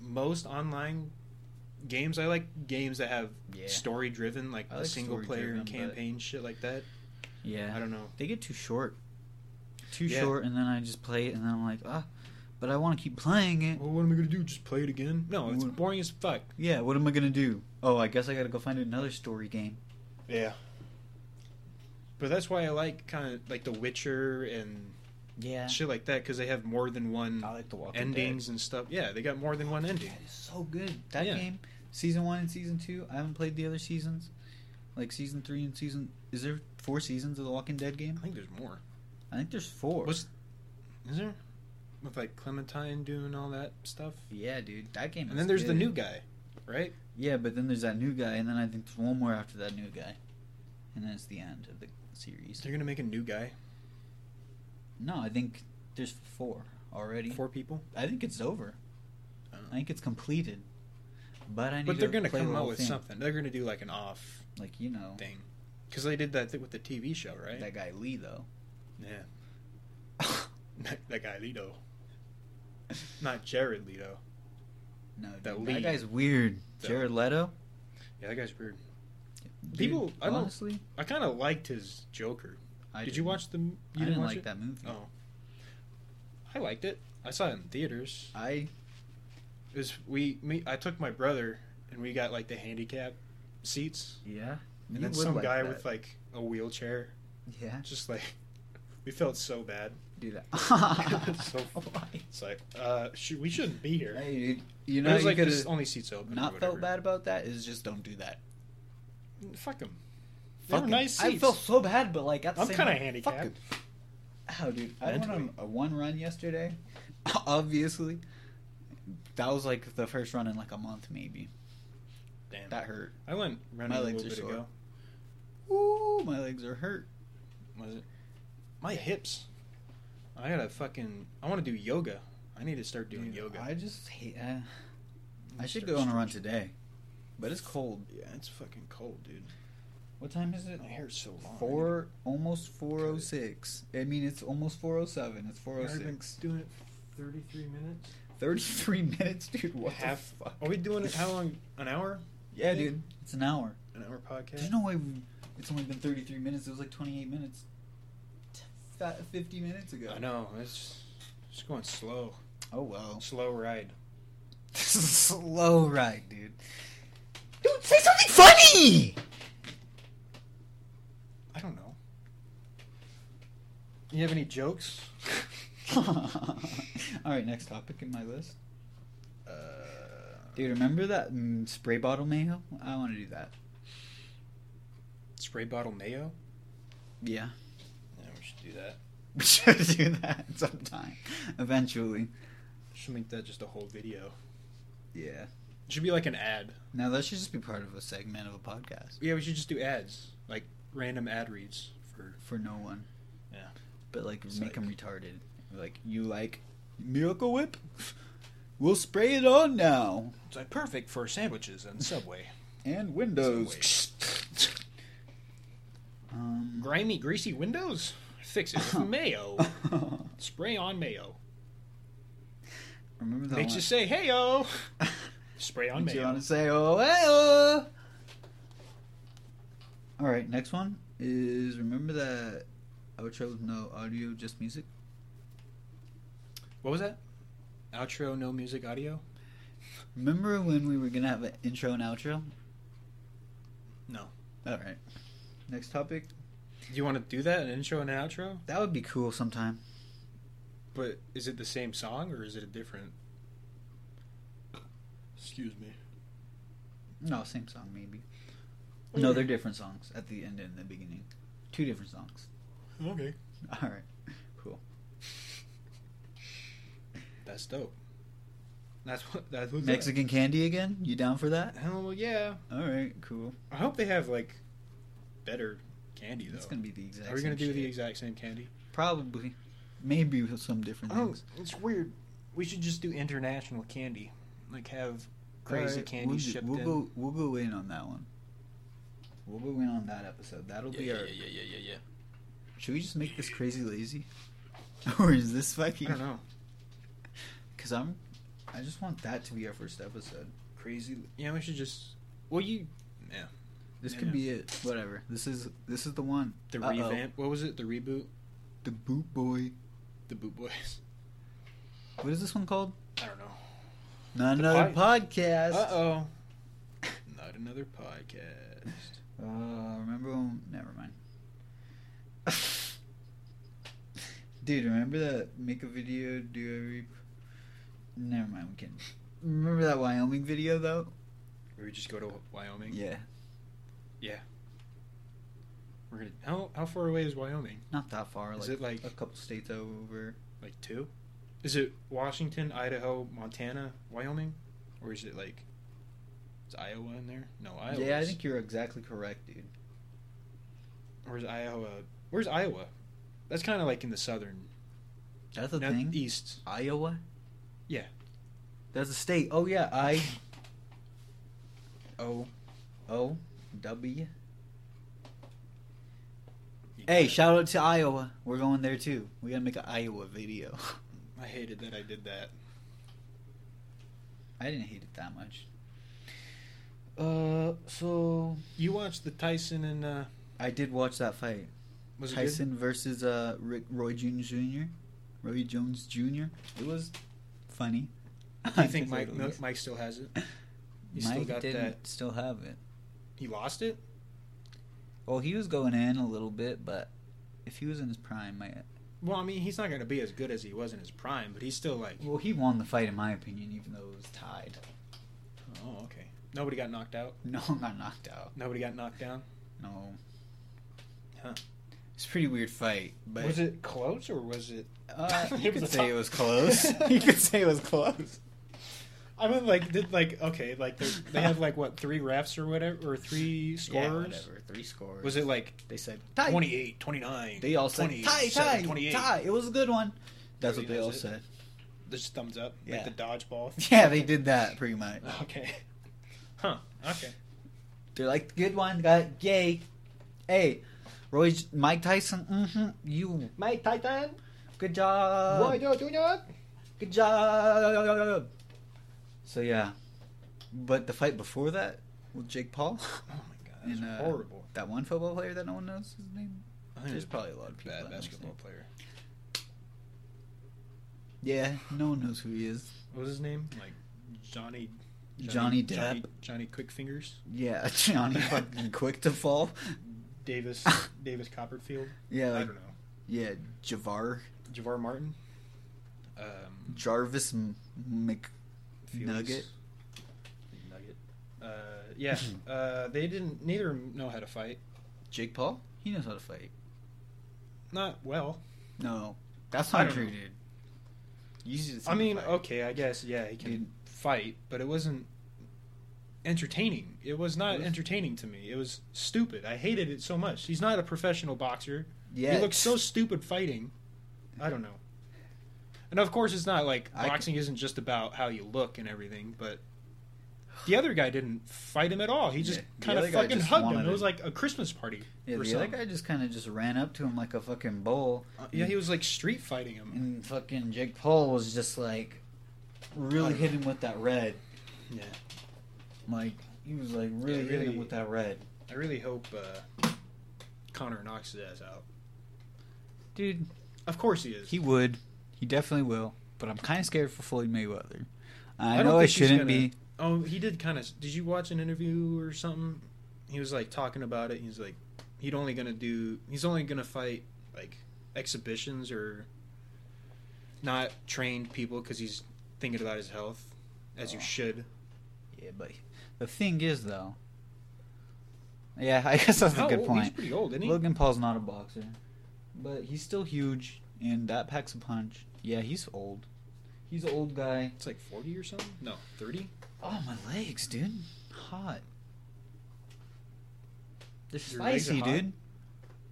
most online games. I like games that have Yeah. story driven, like, I a like single player and story-driven, but- campaign shit like that. Yeah, I don't know. They get too short. Too Yeah. short, and then I just play it, and then I'm like, ah, but I want to keep playing it. Well, what am I gonna do? Just play it again? No, it's What- boring as fuck. Yeah, what am I gonna do? Oh, I guess I gotta go find another story game. Yeah. But that's why I like kind of like The Witcher and Yeah, shit like that because they have more than one I like The Walking endings and stuff. Yeah, they got more than one ending. That is so good. That Yeah. game, season one and season two. I haven't played the other seasons, like season three and season. Is there four seasons of the Walking Dead game? I think there's more. I think there's four. What's is there? With like Clementine doing all that stuff. yeah, dude, that game. And is then there's the good. new guy, right? Yeah, but then there's that new guy, and then I think there's one more after that new guy, and then it's the end of the series. They're gonna make a new guy. No, I think there's four already. Four people. I think it's over. I don't I think it's completed. But I need But they're to gonna play the come out whole with thing. something. They're gonna do like an off like you know thing, because they did that th- with the TV show, right? that guy Lee though. yeah. [laughs] that guy Lito. Not Jared Leto. No, dude, That that, Lee. guy's weird. That- Jared Leto. Yeah, that guy's weird. Dude, People- I don't- honestly, I kind of liked his Joker. I did you didn't. watch the? You I didn't watch like it? that movie. Oh. I liked it. I saw it in theaters. I It was we me I took my brother and we got like the handicap seats yeah. and then some guy with like a wheelchair yeah, just like [laughs] we felt so [laughs] bad. do that. [laughs] so It's like uh, sh- we shouldn't be here. Hey, dude, you it know was you like could this have only seats open. or not felt whatever. Mm, bad about that. Is just don't do that. Fuck them. They Fuck were it. nice seats. I felt so bad, but like at the I'm same kinda time, handicapped. fuck it. Oh, dude, I went Mentally. on a one run yesterday. [laughs] Obviously, that was like the first run in like a month, maybe. Damn. That hurt. I went running My a legs little bit are ago. Ooh, my legs are hurt. Was it? My hips. I gotta fucking. I want to do yoga. I need to start doing Dude, yoga. I just hate. Uh, I Let's should start go on a run today, but it's cold. Yeah, it's fucking cold, dude. What time is it? My hair's so long. Four, almost four oh six. I mean, it's almost four oh seven. It's four oh I've been six. doing it for 33 minutes. Thirty three [laughs] minutes, dude. What Half. the fuck? Are we doing it? How long? An hour? Yeah, Yeah. dude. It's an hour. An hour podcast? There's no way we- it's only been thirty three minutes. It was like twenty eight minutes. T- fa- Fifty minutes ago. I know. It's just going slow. Oh well. [laughs] Slow ride. This is a slow ride, dude. Dude, say something funny. [laughs] I don't know. You have any [laughs] jokes? All right, next topic in my list. Uh, Dude, remember that mm, spray bottle mayo? I want to do that. Spray bottle mayo? Yeah. Yeah, we should do that. [laughs] We should [laughs] do that sometime. Eventually. Should make that just a whole video. Yeah. It should be like an ad. Now that should just be part of a segment of a podcast. Yeah, we should just do ads, like random ad reads for. For no one. Yeah. But like It's make like- them retarded. Like you like Miracle Whip? [laughs] We'll spray it on now. It's like perfect for sandwiches and Subway. And windows. [laughs] Um, [laughs] Grimy, greasy windows? Fix it with mayo. Spray on mayo. remember that Makes one? you say, hey, yo. [laughs] Spray on Makes you mayo. want to say, oh, hey, oh. All right, next one is remember that outro with no audio, just music. What was that? Outro, no music, audio? Remember when we were gonna have an intro and outro? No. All right. Next topic. Do you want to do that, an intro and an outro? That would be cool sometime. But is it the same song or is it a different? Excuse me. No, same song maybe. No, they're different songs at the end and the beginning. Two different songs. [laughs] Okay. All right. Cool. That's dope. That's what. That's what. Mexican candy again? You down for that? Hell yeah! All right. Cool. I hope they have like better candy though. That's gonna be the exact. Are we gonna do same the shit. exact same candy? Probably. Maybe with some different Oh, things. it's weird. We should just do international candy, like have All right, we'll do- we'll Go, we'll go in on that one. We'll go in on that episode. That'll be yeah, our. yeah, yeah, yeah, yeah. Should we just make this crazy lazy, [laughs] or is this I [laughs] don't fucking? know. Because I'm. I just want that to be our first episode. Crazy. Yeah, we should just. Well, you. Yeah. This Yeah, could yeah. be it. Whatever. This is this is the one. The Uh-oh. revamp. What was it? The reboot. The boot boy. The Boot Boys. What is this one called? I don't know. Not The another podcast. Uh oh. Not another podcast. Uh, remember when? Never mind. [laughs] Dude, remember that make a video, do every. Never mind, we can. Remember that Wyoming video though? Where we just go to Wyoming. Yeah, We're gonna. How how far away is Wyoming? not that far. Like, Is it, like- a couple states over? Like two? Is it Washington, Idaho, Montana, Wyoming, or is it like? Is Iowa in there? No, Iowa. yeah, I is- think you're exactly correct, dude. Where's Iowa? Where's Iowa? That's kind of like in the southern, That's a thing. northeast. Iowa. Yeah. That's a state. Oh yeah, I. O, O, W. Hey, shout out to Iowa. We're going there too. We gotta make an Iowa video. [laughs] I hated that I did that. I didn't hate it that much. Uh, so You watched the Tyson and uh, I did watch that fight. was it good? Tyson versus uh Rick Roy Jones Jr. Roy Jones Jr. It was funny. [laughs] [laughs] Do you think To say Mike the no, least. Mike still has it? He Mike still got didn't that. still have it? He lost it. Well, he was going in a little bit, but if he was in his prime, I, Well, I mean, he's not going to be as good as he was in his prime, but he's still like, well, he won the fight in my opinion, even though it was tied. [laughs] oh, okay. Nobody got knocked out. No, not knocked out. Nobody got knocked down. No. Huh. It's a pretty weird fight, but was it close or was it? [laughs] Uh, you It was could a say tie. it was close. [laughs] you could say it was close. I mean, like, did like okay, like they they have like what three refs or whatever or three Yeah, scorers? whatever. Three scores. was it like They said tie. 28, 29? They all said 20, tie, tie, 28. tie. It was a good one. That's what Really, they all that's it? said. Just thumbs up, Yeah. like the dodgeball. [laughs] [laughs] Yeah, they did that pretty much. okay. Huh. Okay. They're like, good one, got yay. Hey, Roy, Mike Tyson, mm-hmm, you, Mike Titan. good job, you doing that? good job. So yeah, but the fight before that with Jake Paul, [laughs] Oh my god, that's And, uh, horrible. that one football player that no one knows his name. I think There's it's probably a lot of people. that bad know his name. basketball player. Yeah, no one knows who he is. What was his name? Like Johnny. Johnny Depp. Johnny, Johnny Quickfingers. Yeah, [laughs] Johnny fucking quick to fall. [laughs] Davis. Davis Copperfield. Yeah, I like, don't know. yeah, Javar Javar Martin. Um, Jarvis M- Mc. Felix. Nugget? Nugget. Uh, [laughs] yeah. uh, they didn't. Neither of 'em know how to fight. Jake Paul. He knows how to fight. Not well. No, that's I not don't true, know. dude. You should see I him mean, uh, fight. okay, I guess. Yeah, he can Dude. fight, but it wasn't entertaining. It was not It was- entertaining to me. It was stupid. I hated it so much. He's not a professional boxer. yeah, He looks so stupid fighting. I don't know. And of course, it's not like I c- boxing isn't just about how you look and everything, but The other guy didn't fight him at all. He just Yeah, the kind of other guy fucking just hugged him. wanted It was it. like a Christmas party [laughs] or Yeah, the other something. guy just kind of just ran up to him like a fucking bull, Uh, yeah, he was like street fighting him. and fucking Jake Paul was just like really hit him with that red. Yeah, Like he was like really Yeah, hitting really. him with that red. I really hope uh, Connor knocks his ass out. Dude, Of course he is. he would. He definitely will. But I'm kind of scared for Floyd Mayweather. I, I don't know I think he's shouldn't gonna- be. Oh, he did kind of. Did you watch an interview or something? He was like talking about it. He's like, he'd only gonna do. He's only gonna fight like exhibitions or not trained people because he's thinking about his health, as you should. Yeah, but the thing is though. Yeah, [laughs] I guess that's a How good old? He's point. pretty old, isn't he? Logan Paul's not a boxer, but he's still huge, and that packs a punch. Yeah, he's old. He's an old guy. it's like forty or something. No, thirty. Oh, my legs, dude. Hot. They're Your legs spicy, are hot? dude.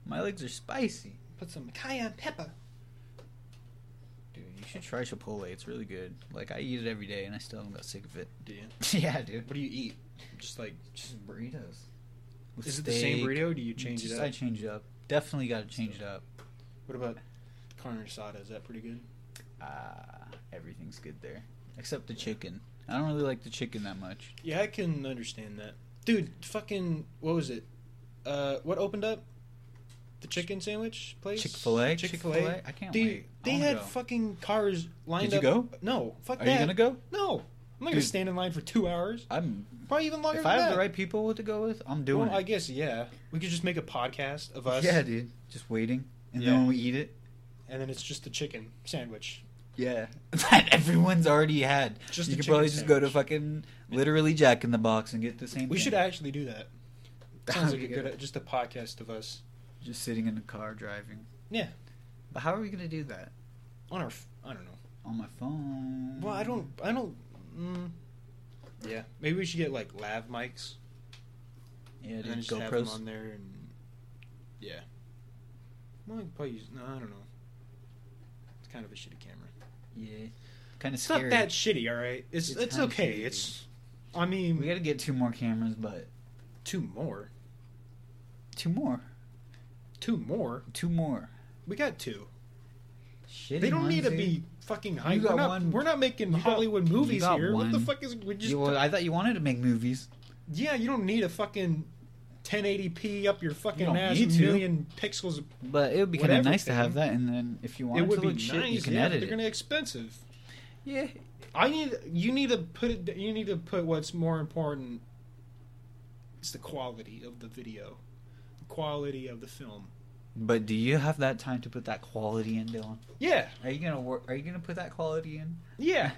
My legs are spicy. Put some cayenne pepper. Dude, you should try Chipotle. It's really good. Like, I eat it every day, and I still haven't got sick of it. Do you? [laughs] yeah, dude. What do you eat? Just like, Just burritos. With is it the same steak. burrito? Or do you change Just- it I up? change it up. Definitely got to change it up. What about carne asada? Is that pretty good? Ah, everything's good there. Except the chicken. I don't really like the chicken that much. Yeah, I can understand that. Dude, fucking what was it? Uh what opened up? The chicken sandwich place? Chick-fil-A? Chick-fil-A. Chick-fil-A? I can't Dude, wait. I They wanna had go. fucking cars lined Did you up. go? No, fuck Are that. you gonna go? No. I'm not gonna Dude. stand in line for two hours. I'm. Probably even longer If than I have the that. right people to go with, I'm doing well, I it. guess yeah. We could just make a podcast of us Yeah, dude. Just waiting, and Yeah. then when we eat it, and then it's just the chicken sandwich. yeah, [laughs] that everyone's already had. Just you the could probably chicken just go to sandwich. fucking literally Jack in the Box and get the same. We thing. should actually do that. That Sounds would like a be good just a podcast of us. just sitting in the car driving. Yeah. But how are we gonna do that On our f- I don't know. on my phone? Well, I don't I don't mm, yeah, maybe we should get like lav mics. Yeah, and then dude. just have them GoPros. on there and yeah. Well, I could probably use, no, I don't know. It's kind of a shitty camera. Yeah, kind of It's scary. not that shitty, all right. It's It's it's, kinda okay. shitty. It's I mean we gotta get two more cameras, but two more, two more, two more. two more. We got two. Shitty they don't need to ones, dude. be fucking high. We're got not, one- we're not making you got- Hollywood you movies got here. What the one. fuck is we just? You- well, I thought you wanted to make movies. yeah, you don't need a fucking 1080p up your fucking don't ass need to. million pixels. But it would be kind of Whatever nice to thing. have that, and then if you want It it, would to be look nice. shit, you can yeah, edit they're it. gonna expensive. Yeah, I need you need to put it. You need to put what's more important. It's the quality of the video, the quality of the film. but do you have that time to put that quality in, Dylan? Yeah, Are you gonna work? Are you gonna put that quality in? yeah.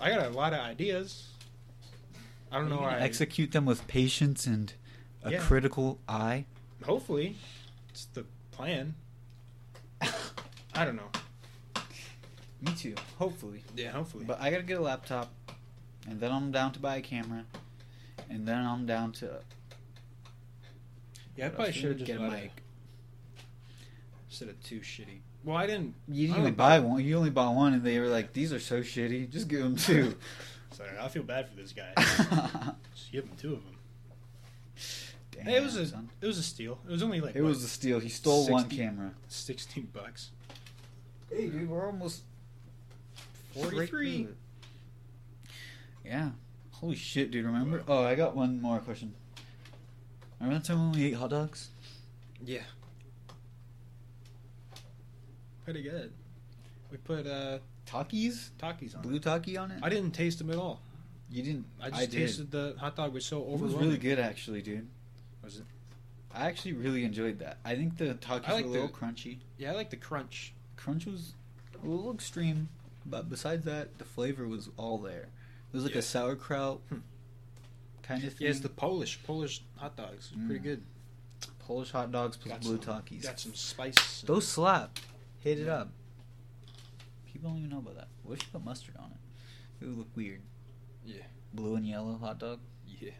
I got a lot of ideas. I don't Are you know. gonna I execute them with patience and a Yeah. critical eye. hopefully it's the plan. I don't know. Me too. Hopefully, Yeah, hopefully. but I gotta get a laptop, and then I'm down to buy a camera, and then I'm down to. yeah, I what probably else? should have just get a bought mic. instead of two shitty. Well, I didn't. You I didn't don't even buy one. You only bought one, and they were like, "These are so shitty. Just give [laughs] them two. [laughs] Sorry, I feel bad for this guy. Damn, just give him two of them. it was a son. it was a steal. It was only like It was a steal. He stole one 60 camera. sixteen bucks. Hey, dude, we're almost 43. Yeah. Holy shit, dude! Remember? Oh, I got one more question. Remember that time when we ate hot dogs? Yeah. Pretty good. We put uh Takis, Takis on. blue it. taki on it. I didn't taste them at all. you didn't. I just did. tasted the hot dog was so It was overwhelming. really good, actually, dude. Was it? I actually really enjoyed that. I think the takis I like were a little the- crunchy. Yeah, I like the crunch. Crunch was a little extreme, but besides that, the flavor was all there. It was like Yeah. a sauerkraut kind of thing. Yeah, it's the Polish Polish hot dogs. It's Pretty Mm. good. Polish hot dogs plus Got blue some- takis. Got some spice. Those slap. Hit it up. People don't even know about that. What if you put mustard on it? It would look weird. Yeah. Blue and yellow hot dog. [laughs] Yeah.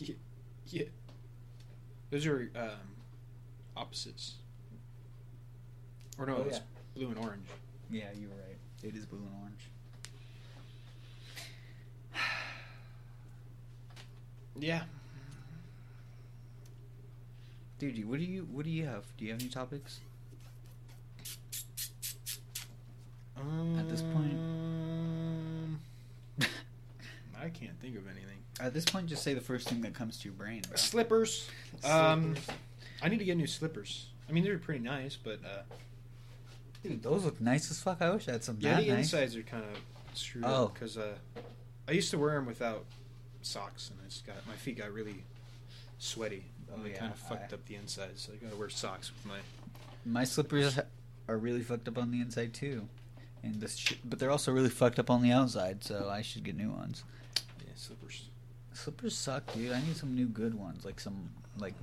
Yeah. Yeah. Those are um, opposites. Or no, Oh, it's yeah. blue and orange. Yeah, you were right. It is blue and orange. Yeah. Dude, what do you what do you have? Do you have any topics? At this point- Um, I can't think of anything. [laughs] At this point, just say the first thing that comes to your brain. Bro. Slippers. Um, I need to get new slippers. I mean, they're pretty nice, but uh, Dude, those look nice as fuck. I wish I had some yeah, that the nice. insides are kind of screwed up 'cause Oh. up because uh, I used to wear them without socks, and it's got my feet got really sweaty. Oh, and they yeah, kind of fucked I- up the insides, so I gotta wear socks with my. My slippers ha- are really fucked up on the inside too, and this sh- but they're also really fucked up on the outside. So I should get new ones. Yeah, slippers. Slippers suck, dude. I need some new good ones, like some like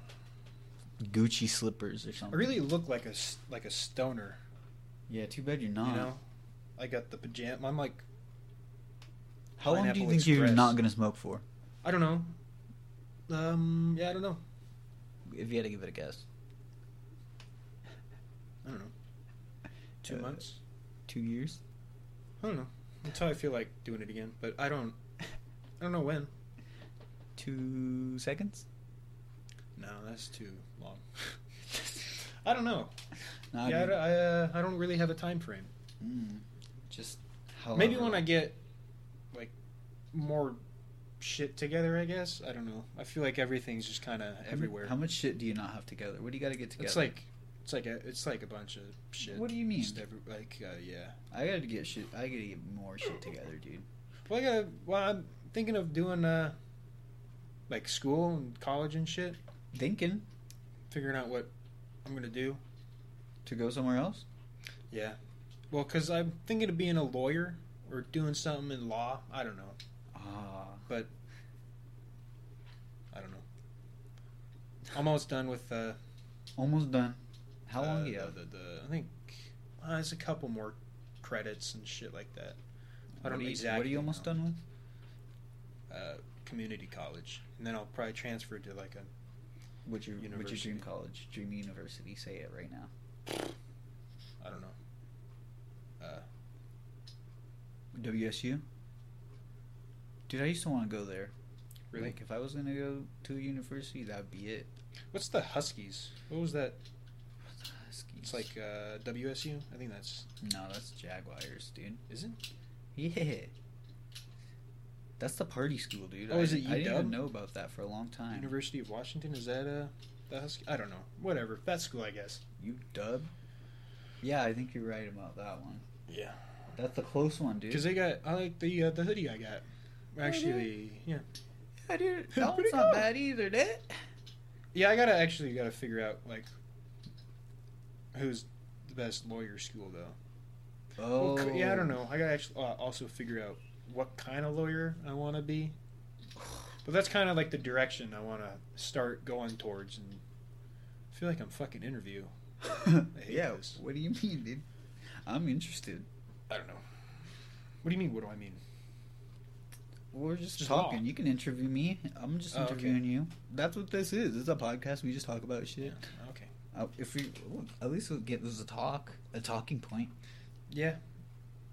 Gucci slippers or I something. really look like a s- like a stoner, Yeah. Too bad you're not. you know. I got the pajama. I'm like, How long do you Pineapple think you're Express. not gonna smoke for? I don't know. Um, yeah, I don't know. If you had to give it a guess, I don't know. Two Uh, months. two years. [laughs] I don't know until I feel like doing it again. But I don't. I don't know when. Two seconds. No, that's too long. [laughs] I don't know. Nah, yeah, I, dude. don't- I, uh, I don't really have a time frame. Mm. Just how. Maybe when I get like more shit together. I guess I don't know. I feel like everything's just kind of everywhere. How much shit do you not have together? What do you got to get together? it's like it's like a it's like a bunch of shit. What do you mean? Just every, like uh, yeah. I gotta get shit. I gotta get more shit together, dude. Well, I gotta, well, I'm thinking of doing uh like school and college and shit. Thinking Figuring out what I'm gonna do. to go somewhere else. Yeah. Well, because I'm thinking of being a lawyer or doing something in law. I don't know. Ah, I don't know. I'm almost done with. Uh, almost done. How uh, long do you the- have? The, the- I think uh, there's a couple more credits and shit like that. I don't what, are you, exactly. what are you almost know. done with? Uh, community college, and then I'll probably transfer to like a. What's your What's your University. dream college? Dream university? Say it right now. I don't know. Uh, WSU. Dude, I used to want to go there. really? Like, if I was gonna go to a university, that'd be it. What's the Huskies? What was that? Huskies. It's like uh, WSU. I think that's. no, that's Jaguars, dude. Is it? Yeah. That's the party school, dude. Oh, I, is it I didn't UW? even know about that for a long time. University of Washington. Is that uh, the Husky? I don't know. Whatever. That school, I guess. You dub? Yeah, I think you're right about that one. Yeah. That's the close one, dude. Because they got. I like the uh, the hoodie I got. Actually, yeah. [laughs] I did. that one's not bad either, that. Yeah, I gotta actually gotta figure out like who's the best lawyer school though. Oh, Well, c- yeah, I don't [laughs] know. I gotta actually uh, also figure out what kind of lawyer I want to be. But that's kind of like the direction I want to start going towards, and I feel like I'm fucking interview. hate yeah, this. what do you mean, dude? I'm interested. I don't know. What do you mean? What do I mean? We're just, Just talking. law. You can interview me. I'm just Oh, okay. interviewing you. That's what this is. It's a podcast. We just talk about shit. Okay. Uh, if we, look, at least we'll get there's a talk, a [laughs] talking point. [laughs] Yeah.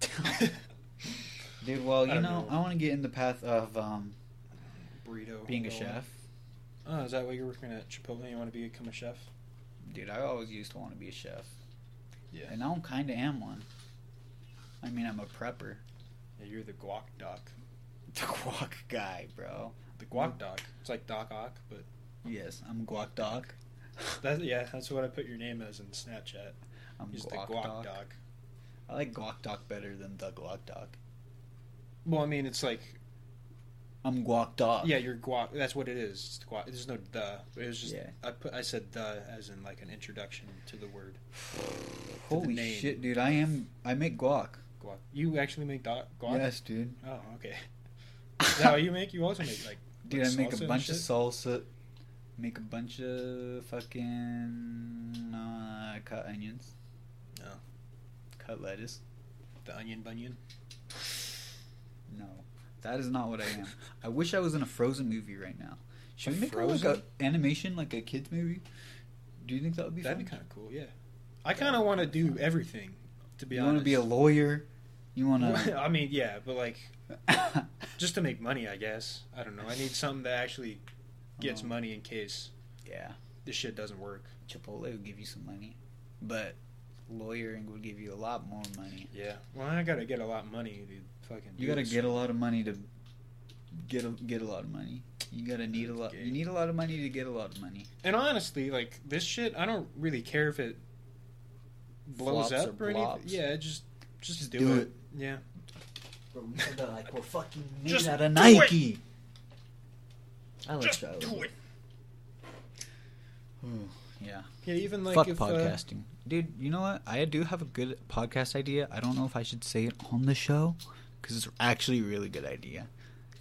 Oh, Dude, well, I don't you know, know. I want to get in the path of um, [laughs] Burrito. being a rolling. chef. Oh, is that why you're working at Chipotle? You want to become a chef? Dude, I always used to want to be a chef. Yeah. And now I'm kind of am one. I mean, I'm [laughs] a prepper. Yeah, you're the guac doc. The guac guy, bro. The guac doc. It's like Doc Ock, but Yes, I'm guac doc. that yeah, that's what I put your name as in Snapchat. I'm Is guac, the guac doc. doc. I like guac doc better than the guac doc. Well, I mean, it's like I'm guac doc. yeah, you're guac. That's what it is. It's guac. There's no the. It was just [sighs] Yeah. I put I said the as in like an introduction to the word Holy name. shit, dude! I am. I make guac. guac. You actually make doc guac. Yes, dude. Oh, okay. [laughs] Is that how you make? You also make like Dude, I make salsa a and bunch of shit? salsa. Make a bunch of fucking uh, cut onions. Oh. Cut lettuce. the onion bunion. No, that is not what I am. I wish I was in a Frozen movie right now. Should A we make a, like a Frozen? animation, like a kids movie? Do you think that would be That'd be fun? kind of cool. Yeah. I kind of want to do everything. To be you honest, [laughs] [laughs] uh, want to be a lawyer? You want to? I mean, yeah, but like just to make money, I guess. I don't know. I need something that actually gets Um, money in case Yeah, this shit doesn't work. Chipotle would give you some money, but lawyering would give you a lot more money. Yeah. Well, I gotta get a lot of money to fucking. You do gotta this. get a lot of money to get a, get a lot of money. You gotta need a lot. You need a lot of money to get a lot of money. And honestly, like this shit, I don't really care if it blows Flops up or or, anything. blops. Yeah, just just, do, do it. Yeah. But we said that like we're fucking made Just out of do it. Nike. I like Just that. do it. Hmm, Yeah. Yeah, even like Fuck if, uh, podcasting, dude. You know what? I do have a good podcast idea. I don't know if I should say it on the show because it's actually a really good idea.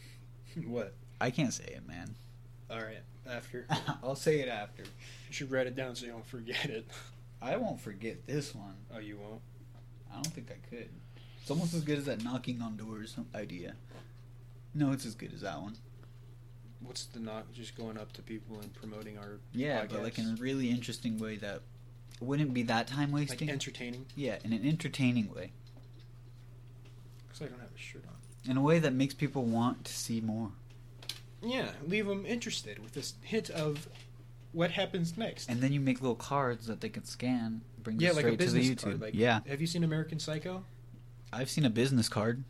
[laughs] what? I can't say it, man. [laughs] All right. After I'll say it after. you should write it down so you don't forget it. [laughs] I won't forget this one. Oh, you won't. I don't think I could. It's almost as good as that knocking on doors idea. No, it's as good as that one. What's the knock? Just going up to people and promoting our Yeah, podcast? but like in a really interesting way that wouldn't be that time like wasting. entertaining. yeah, in an entertaining way, Because I don't have a shirt on. in a way that makes people want to see more. Yeah, leave them interested with this hint of what happens next. And then you make little cards that they can scan, bring yeah, you like straight a business to the YouTube. card. Like, yeah, Have you seen American Psycho? I've seen a business card.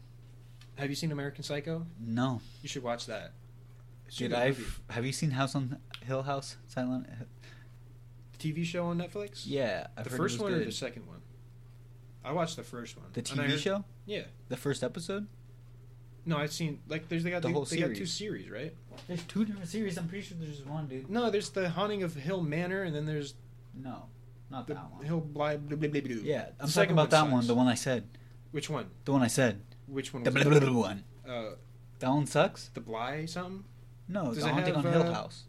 Have you seen American Psycho? No, You should watch that. It's a dude, good I've have you seen House on Hill House? Silent. Hill? movie. TV show on Netflix. Yeah, I've the heard first it was one or good. the second one? I watched the first one. Oh, the And I TV heard- show, Yeah. the first episode. No, I've seen like there's they got The the whole they got two series. series, right? There's two different series. I'm pretty sure there's just one, dude. No, there's the Haunting of Hill Manor, and then there's No, not the that one. Hill Bly. Blah, blah, blah, blah. Yeah, I'm The talking second about that sucks. one. The one I said. Which one? The one I said. Which one? The Was blah, it? blah, blah one. Uh, That one sucks. the Bly something. No, Does the it haunting have, on Hill uh, House.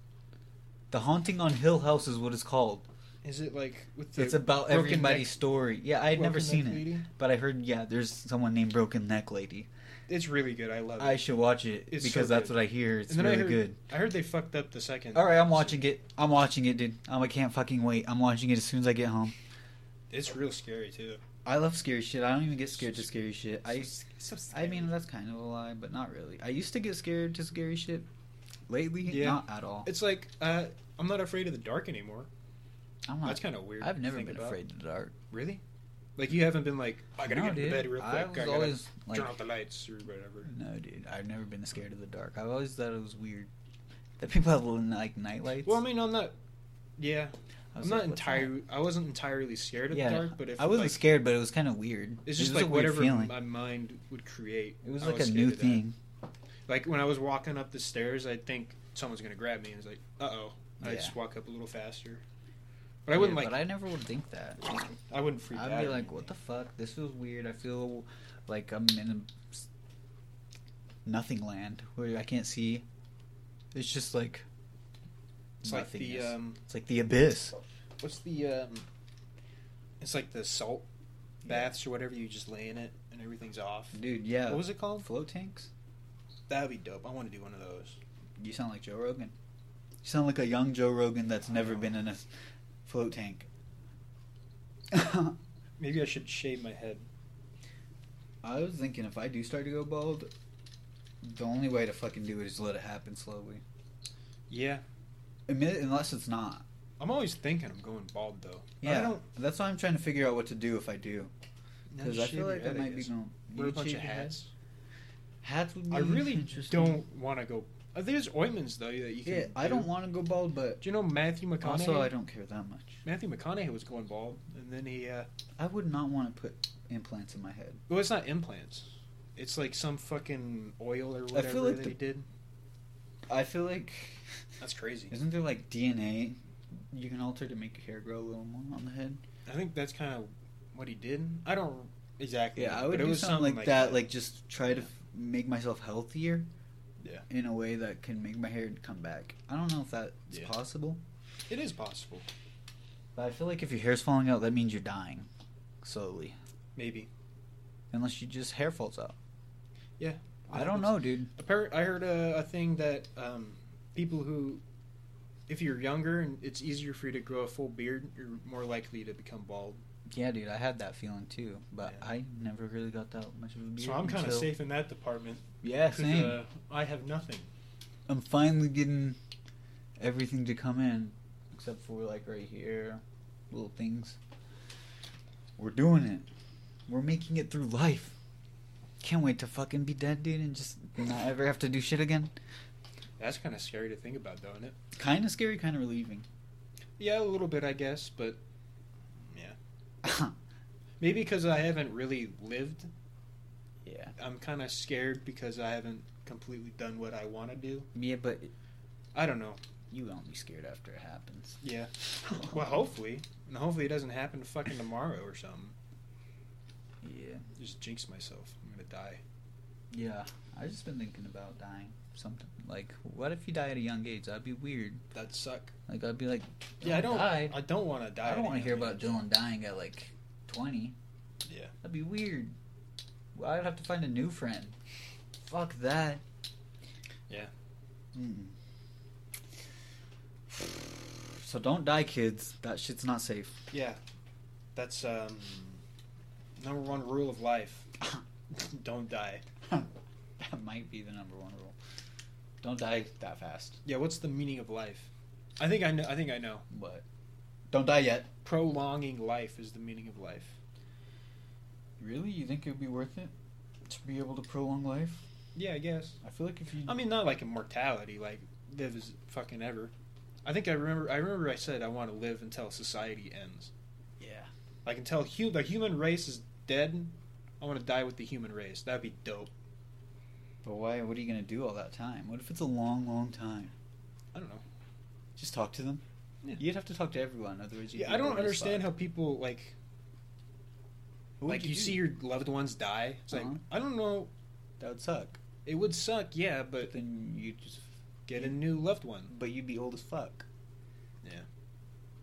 The haunting on Hill House is what it's called. Is it like with the? it's about broken everybody's neck- story. Yeah, I had never broken seen neck it, lady? but I heard yeah, there's someone named Broken Neck Lady. It's really good. I love it. I should watch it It's so because that's good. what I hear. It's and then really I heard, good. I heard they fucked up the second. All right, I'm watching it. I'm watching it, dude. I'm, I can't fucking wait. I'm watching it as soon as I get home. It's real scary too. I love scary shit. I don't even get scared to scary shit. I So I mean, that's kind of a lie, but not really. I used to get scared to scary shit. Lately, Yeah. not at all. it's like uh, I'm not afraid of the dark anymore. I'm not. That's kind of weird. I've to never think been about. afraid of the dark. Really? Like you haven't been like I gotta No, get into dude. bed real quick. I was gotta always like, turn off the lights or whatever. no, dude. I've never been scared of the dark. I've always thought it was weird that people have little, like nightlights. Well, I mean, I'm not. Yeah, I I'm was not like, what's entirely. I wasn't entirely scared that? of Yeah, the dark, but if I wasn't like, scared, but it was kind of weird. It's It just was a like weird whatever feeling. my mind would create. It was I like a scared new of that. thing. Like when I was walking up the stairs, I think someone's gonna grab me, and it's like, uh oh. I Yeah. just walk up a little faster. But I wouldn't Yeah, like. But I never would think that. I, wouldn't freak out. I'd be or like, anything. "What the fuck? This feels weird. I feel like I'm in a s- nothing land where I can't see. It's just like It's like the nothingness. um, it's like the abyss. what's the um, it's like the salt baths or whatever. You just lay in it, and everything's off. Dude, yeah. What was it called? Float tanks. That'd be dope. I want to do one of those. You sound like Joe Rogan. You sound like a young Joe Rogan that's never been in a s- float tank. [laughs] I Maybe I should shave my head. was thinking if I do start to go bald, the only way to fucking do it is let it happen slowly. Yeah, Admit- Unless it's not. I'm always thinking I'm going bald though. Yeah, I don't. that's why I'm trying to figure out what to do if I do. no, Because just I shave feel like your I head, might be guess. going. Wear a You bunch of shave your head? hats. Hats would be I really interesting. don't want to go. uh, There's ointments though that you can. Yeah, I don't Do. want to go bald, but Do you know Matthew McConaughey? also I don't care that much. Matthew McConaughey was going bald, and then he. uh I would not want to put implants in my head. Well, it's not implants. It's like some fucking oil or feel whatever like that the- he did. I feel [laughs] like That's crazy. isn't there like DNA you can alter to make your hair grow a little more on the head? I think that's kind of what he did. I don't exactly. Yeah, I know, would but do it was something, like, that, Like just try to Yeah. f- make myself healthier. Yeah. In a way that can make my hair come back. I don't know if that's Yeah. possible. it is possible, But I feel like if your hair's falling out, that means you're dying slowly. maybe. Unless you just hair falls out. Yeah, I don't know, dude. Appar- I heard a, a thing that um, people who, if you're younger and it's easier for you to grow a full beard, you're more likely to become bald. Yeah, dude, I had that feeling too, but Yeah. I never really got that much of a beer. So I'm kind of until- safe in that department. Yeah, 'cause, same. Uh, I have nothing. I'm finally getting everything to come in, except for like right here, little things. We're doing it. We're making it through life. Can't wait to fucking be dead, dude, and just not ever have to do shit again. That's kind of scary to think about, though, isn't it? Kind of scary, kind of relieving. [laughs] Yeah, a little bit, I guess, but yeah, maybe because I haven't really lived, yeah. I'm kind of scared because I haven't completely done what I want to do. Yeah, but I don't know. you won't be scared after it happens. Yeah. Well, hopefully, and hopefully it doesn't happen fucking tomorrow or something. Yeah. Just jinx myself. I'm gonna die. Yeah. I've just been thinking about dying. Something like, what if you die at a young age? That'd be weird. That'd suck. Like, I'd be like, Yeah, I don't. die. I don't want to die. I don't at want to any hear other about age. Dylan dying at like 20. Yeah. That'd be weird. Well, I'd have to find a new friend. Fuck that. Yeah. Mm. So don't die, kids. That shit's not safe. [laughs] Yeah. That's um, number one rule of life. [laughs] don't die. that might be the number one rule. Don't die that fast. Yeah. What's the meaning of life? I think I know. I think I know. But don't die yet. Prolonging life is the meaning of life. Really? You think it would be worth it to be able to prolong life? Yeah, I guess. I feel like if you. I mean, not like immortality, like live as fucking ever. I think I remember. I remember I said I want to live until society ends. yeah. Like until hu- the human race is dead. I want to die with the human race. That'd be dope. But why? What are you gonna do all that time? What if it's a long, long time? I don't know. Just talk to them. Yeah. You'd have to talk to everyone, otherwise you'd. Yeah, I don't understand how people like like you, see your loved ones die. It's Uh-huh. like I don't know. that would suck. It would suck, yeah, but But then you just, get a new loved one. but you'd be old as fuck. Yeah.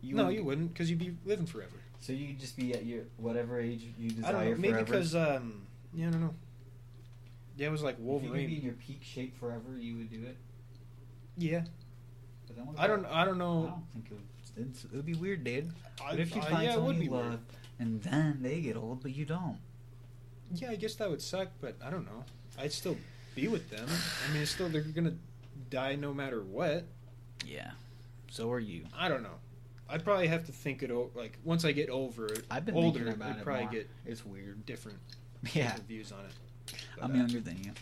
no, wouldn't- you wouldn't, because you'd be living forever. So you'd just be at your whatever age you desire I don't know. Maybe forever. because um, yeah, I don't know. Yeah, it was like if you could be in Wolverine. your peak shape forever, you would do it. Yeah, But then what I don't. about- I don't I know. don't think it would. It's, it would be weird, dude. I, But if you I- find yeah, it would someone be you weird. love, and then they get old, but you don't. Yeah, I guess that would suck, but I don't know. I'd still be with them. I mean, it's still they're gonna die no matter what. Yeah. So are you. I don't know. I'd probably have to think it over. Like once I get over it, I've been older, thinking about I'd it probably more. get It's weird. different [laughs] Yeah. views on it. But, I'm uh, younger than you.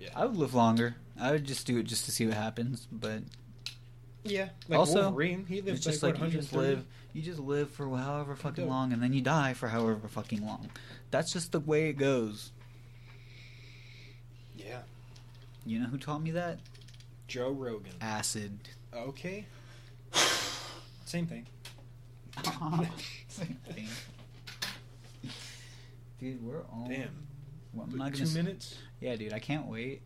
Yeah. I would live longer. I would just do it just to see what happens. But yeah. Like Also, Wolverine, he lived it's just like, like, what, you just 130? live, you just live for however fucking Dope. long, and then you die for however fucking long. That's just the way it goes. Yeah. You know who taught me that? Joe Rogan. Acid. [laughs] Okay. [sighs] Same thing. Same thing. Dude, we're all. Damn. Well, I'm But not two gonna. s- minutes. Yeah, dude, I can't wait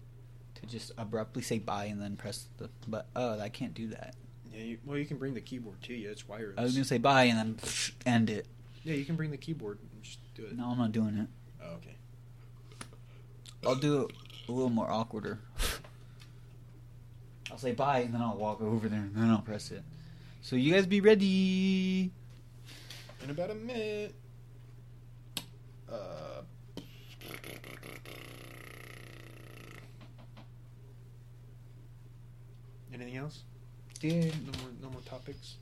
to just abruptly say bye and then press the. But oh, I can't do that. Yeah. You, well, you can bring the keyboard to you. It's wireless. I was gonna say bye and then end it. Yeah, you can bring the keyboard and just do it. No, I'm not doing it. Oh, okay. I'll do it a little more awkwarder. I'll say bye, and then I'll walk over there, and then I'll press it. So you guys be ready. In about a minute. Uh. Anything else? Dude. No more, no more topics.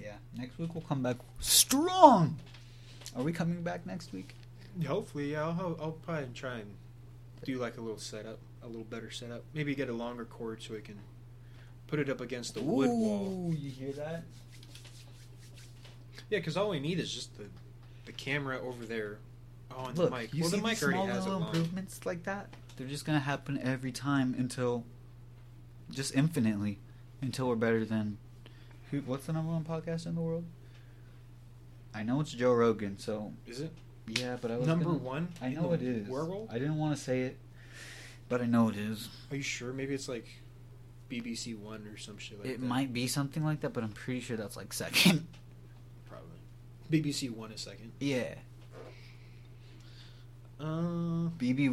Yeah. Next week we'll come back strong. Are we coming back next week? Hopefully, yeah, I'll, I'll- I'll probably try and do like a little setup, a little better setup. Maybe get a longer cord so we can put it up against the wood wall. Ooh, you hear that? Yeah, because all we need is just the the camera over there. Oh, and Look, the mic. you Well, see the mic these already small has it little long. improvements like that? They're just gonna happen every time until, just infinitely, until we're better than. Who? What's the number one podcast in the world? I know it's Joe Rogan, so Is it Yeah, but I was number gonna- one? I in know the it is. World? I didn't want to say it, but I know it is. Are you sure? Maybe it's like BBC One or some shit like it that. might be something like that, but I'm pretty sure that's like second. [laughs] probably. BBC One is second. yeah, Uh, BB,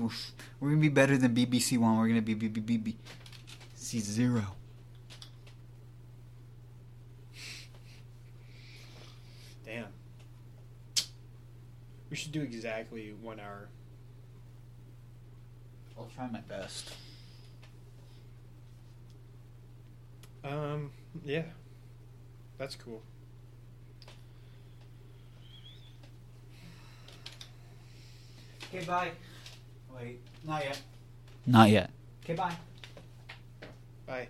we're gonna be better than BBC One. We're gonna be BBBB. C zero. damn. We should do exactly one hour. I'll try my best. Um, yeah, that's cool. Okay, bye. Wait, not yet. Not yet. Okay, bye. Bye.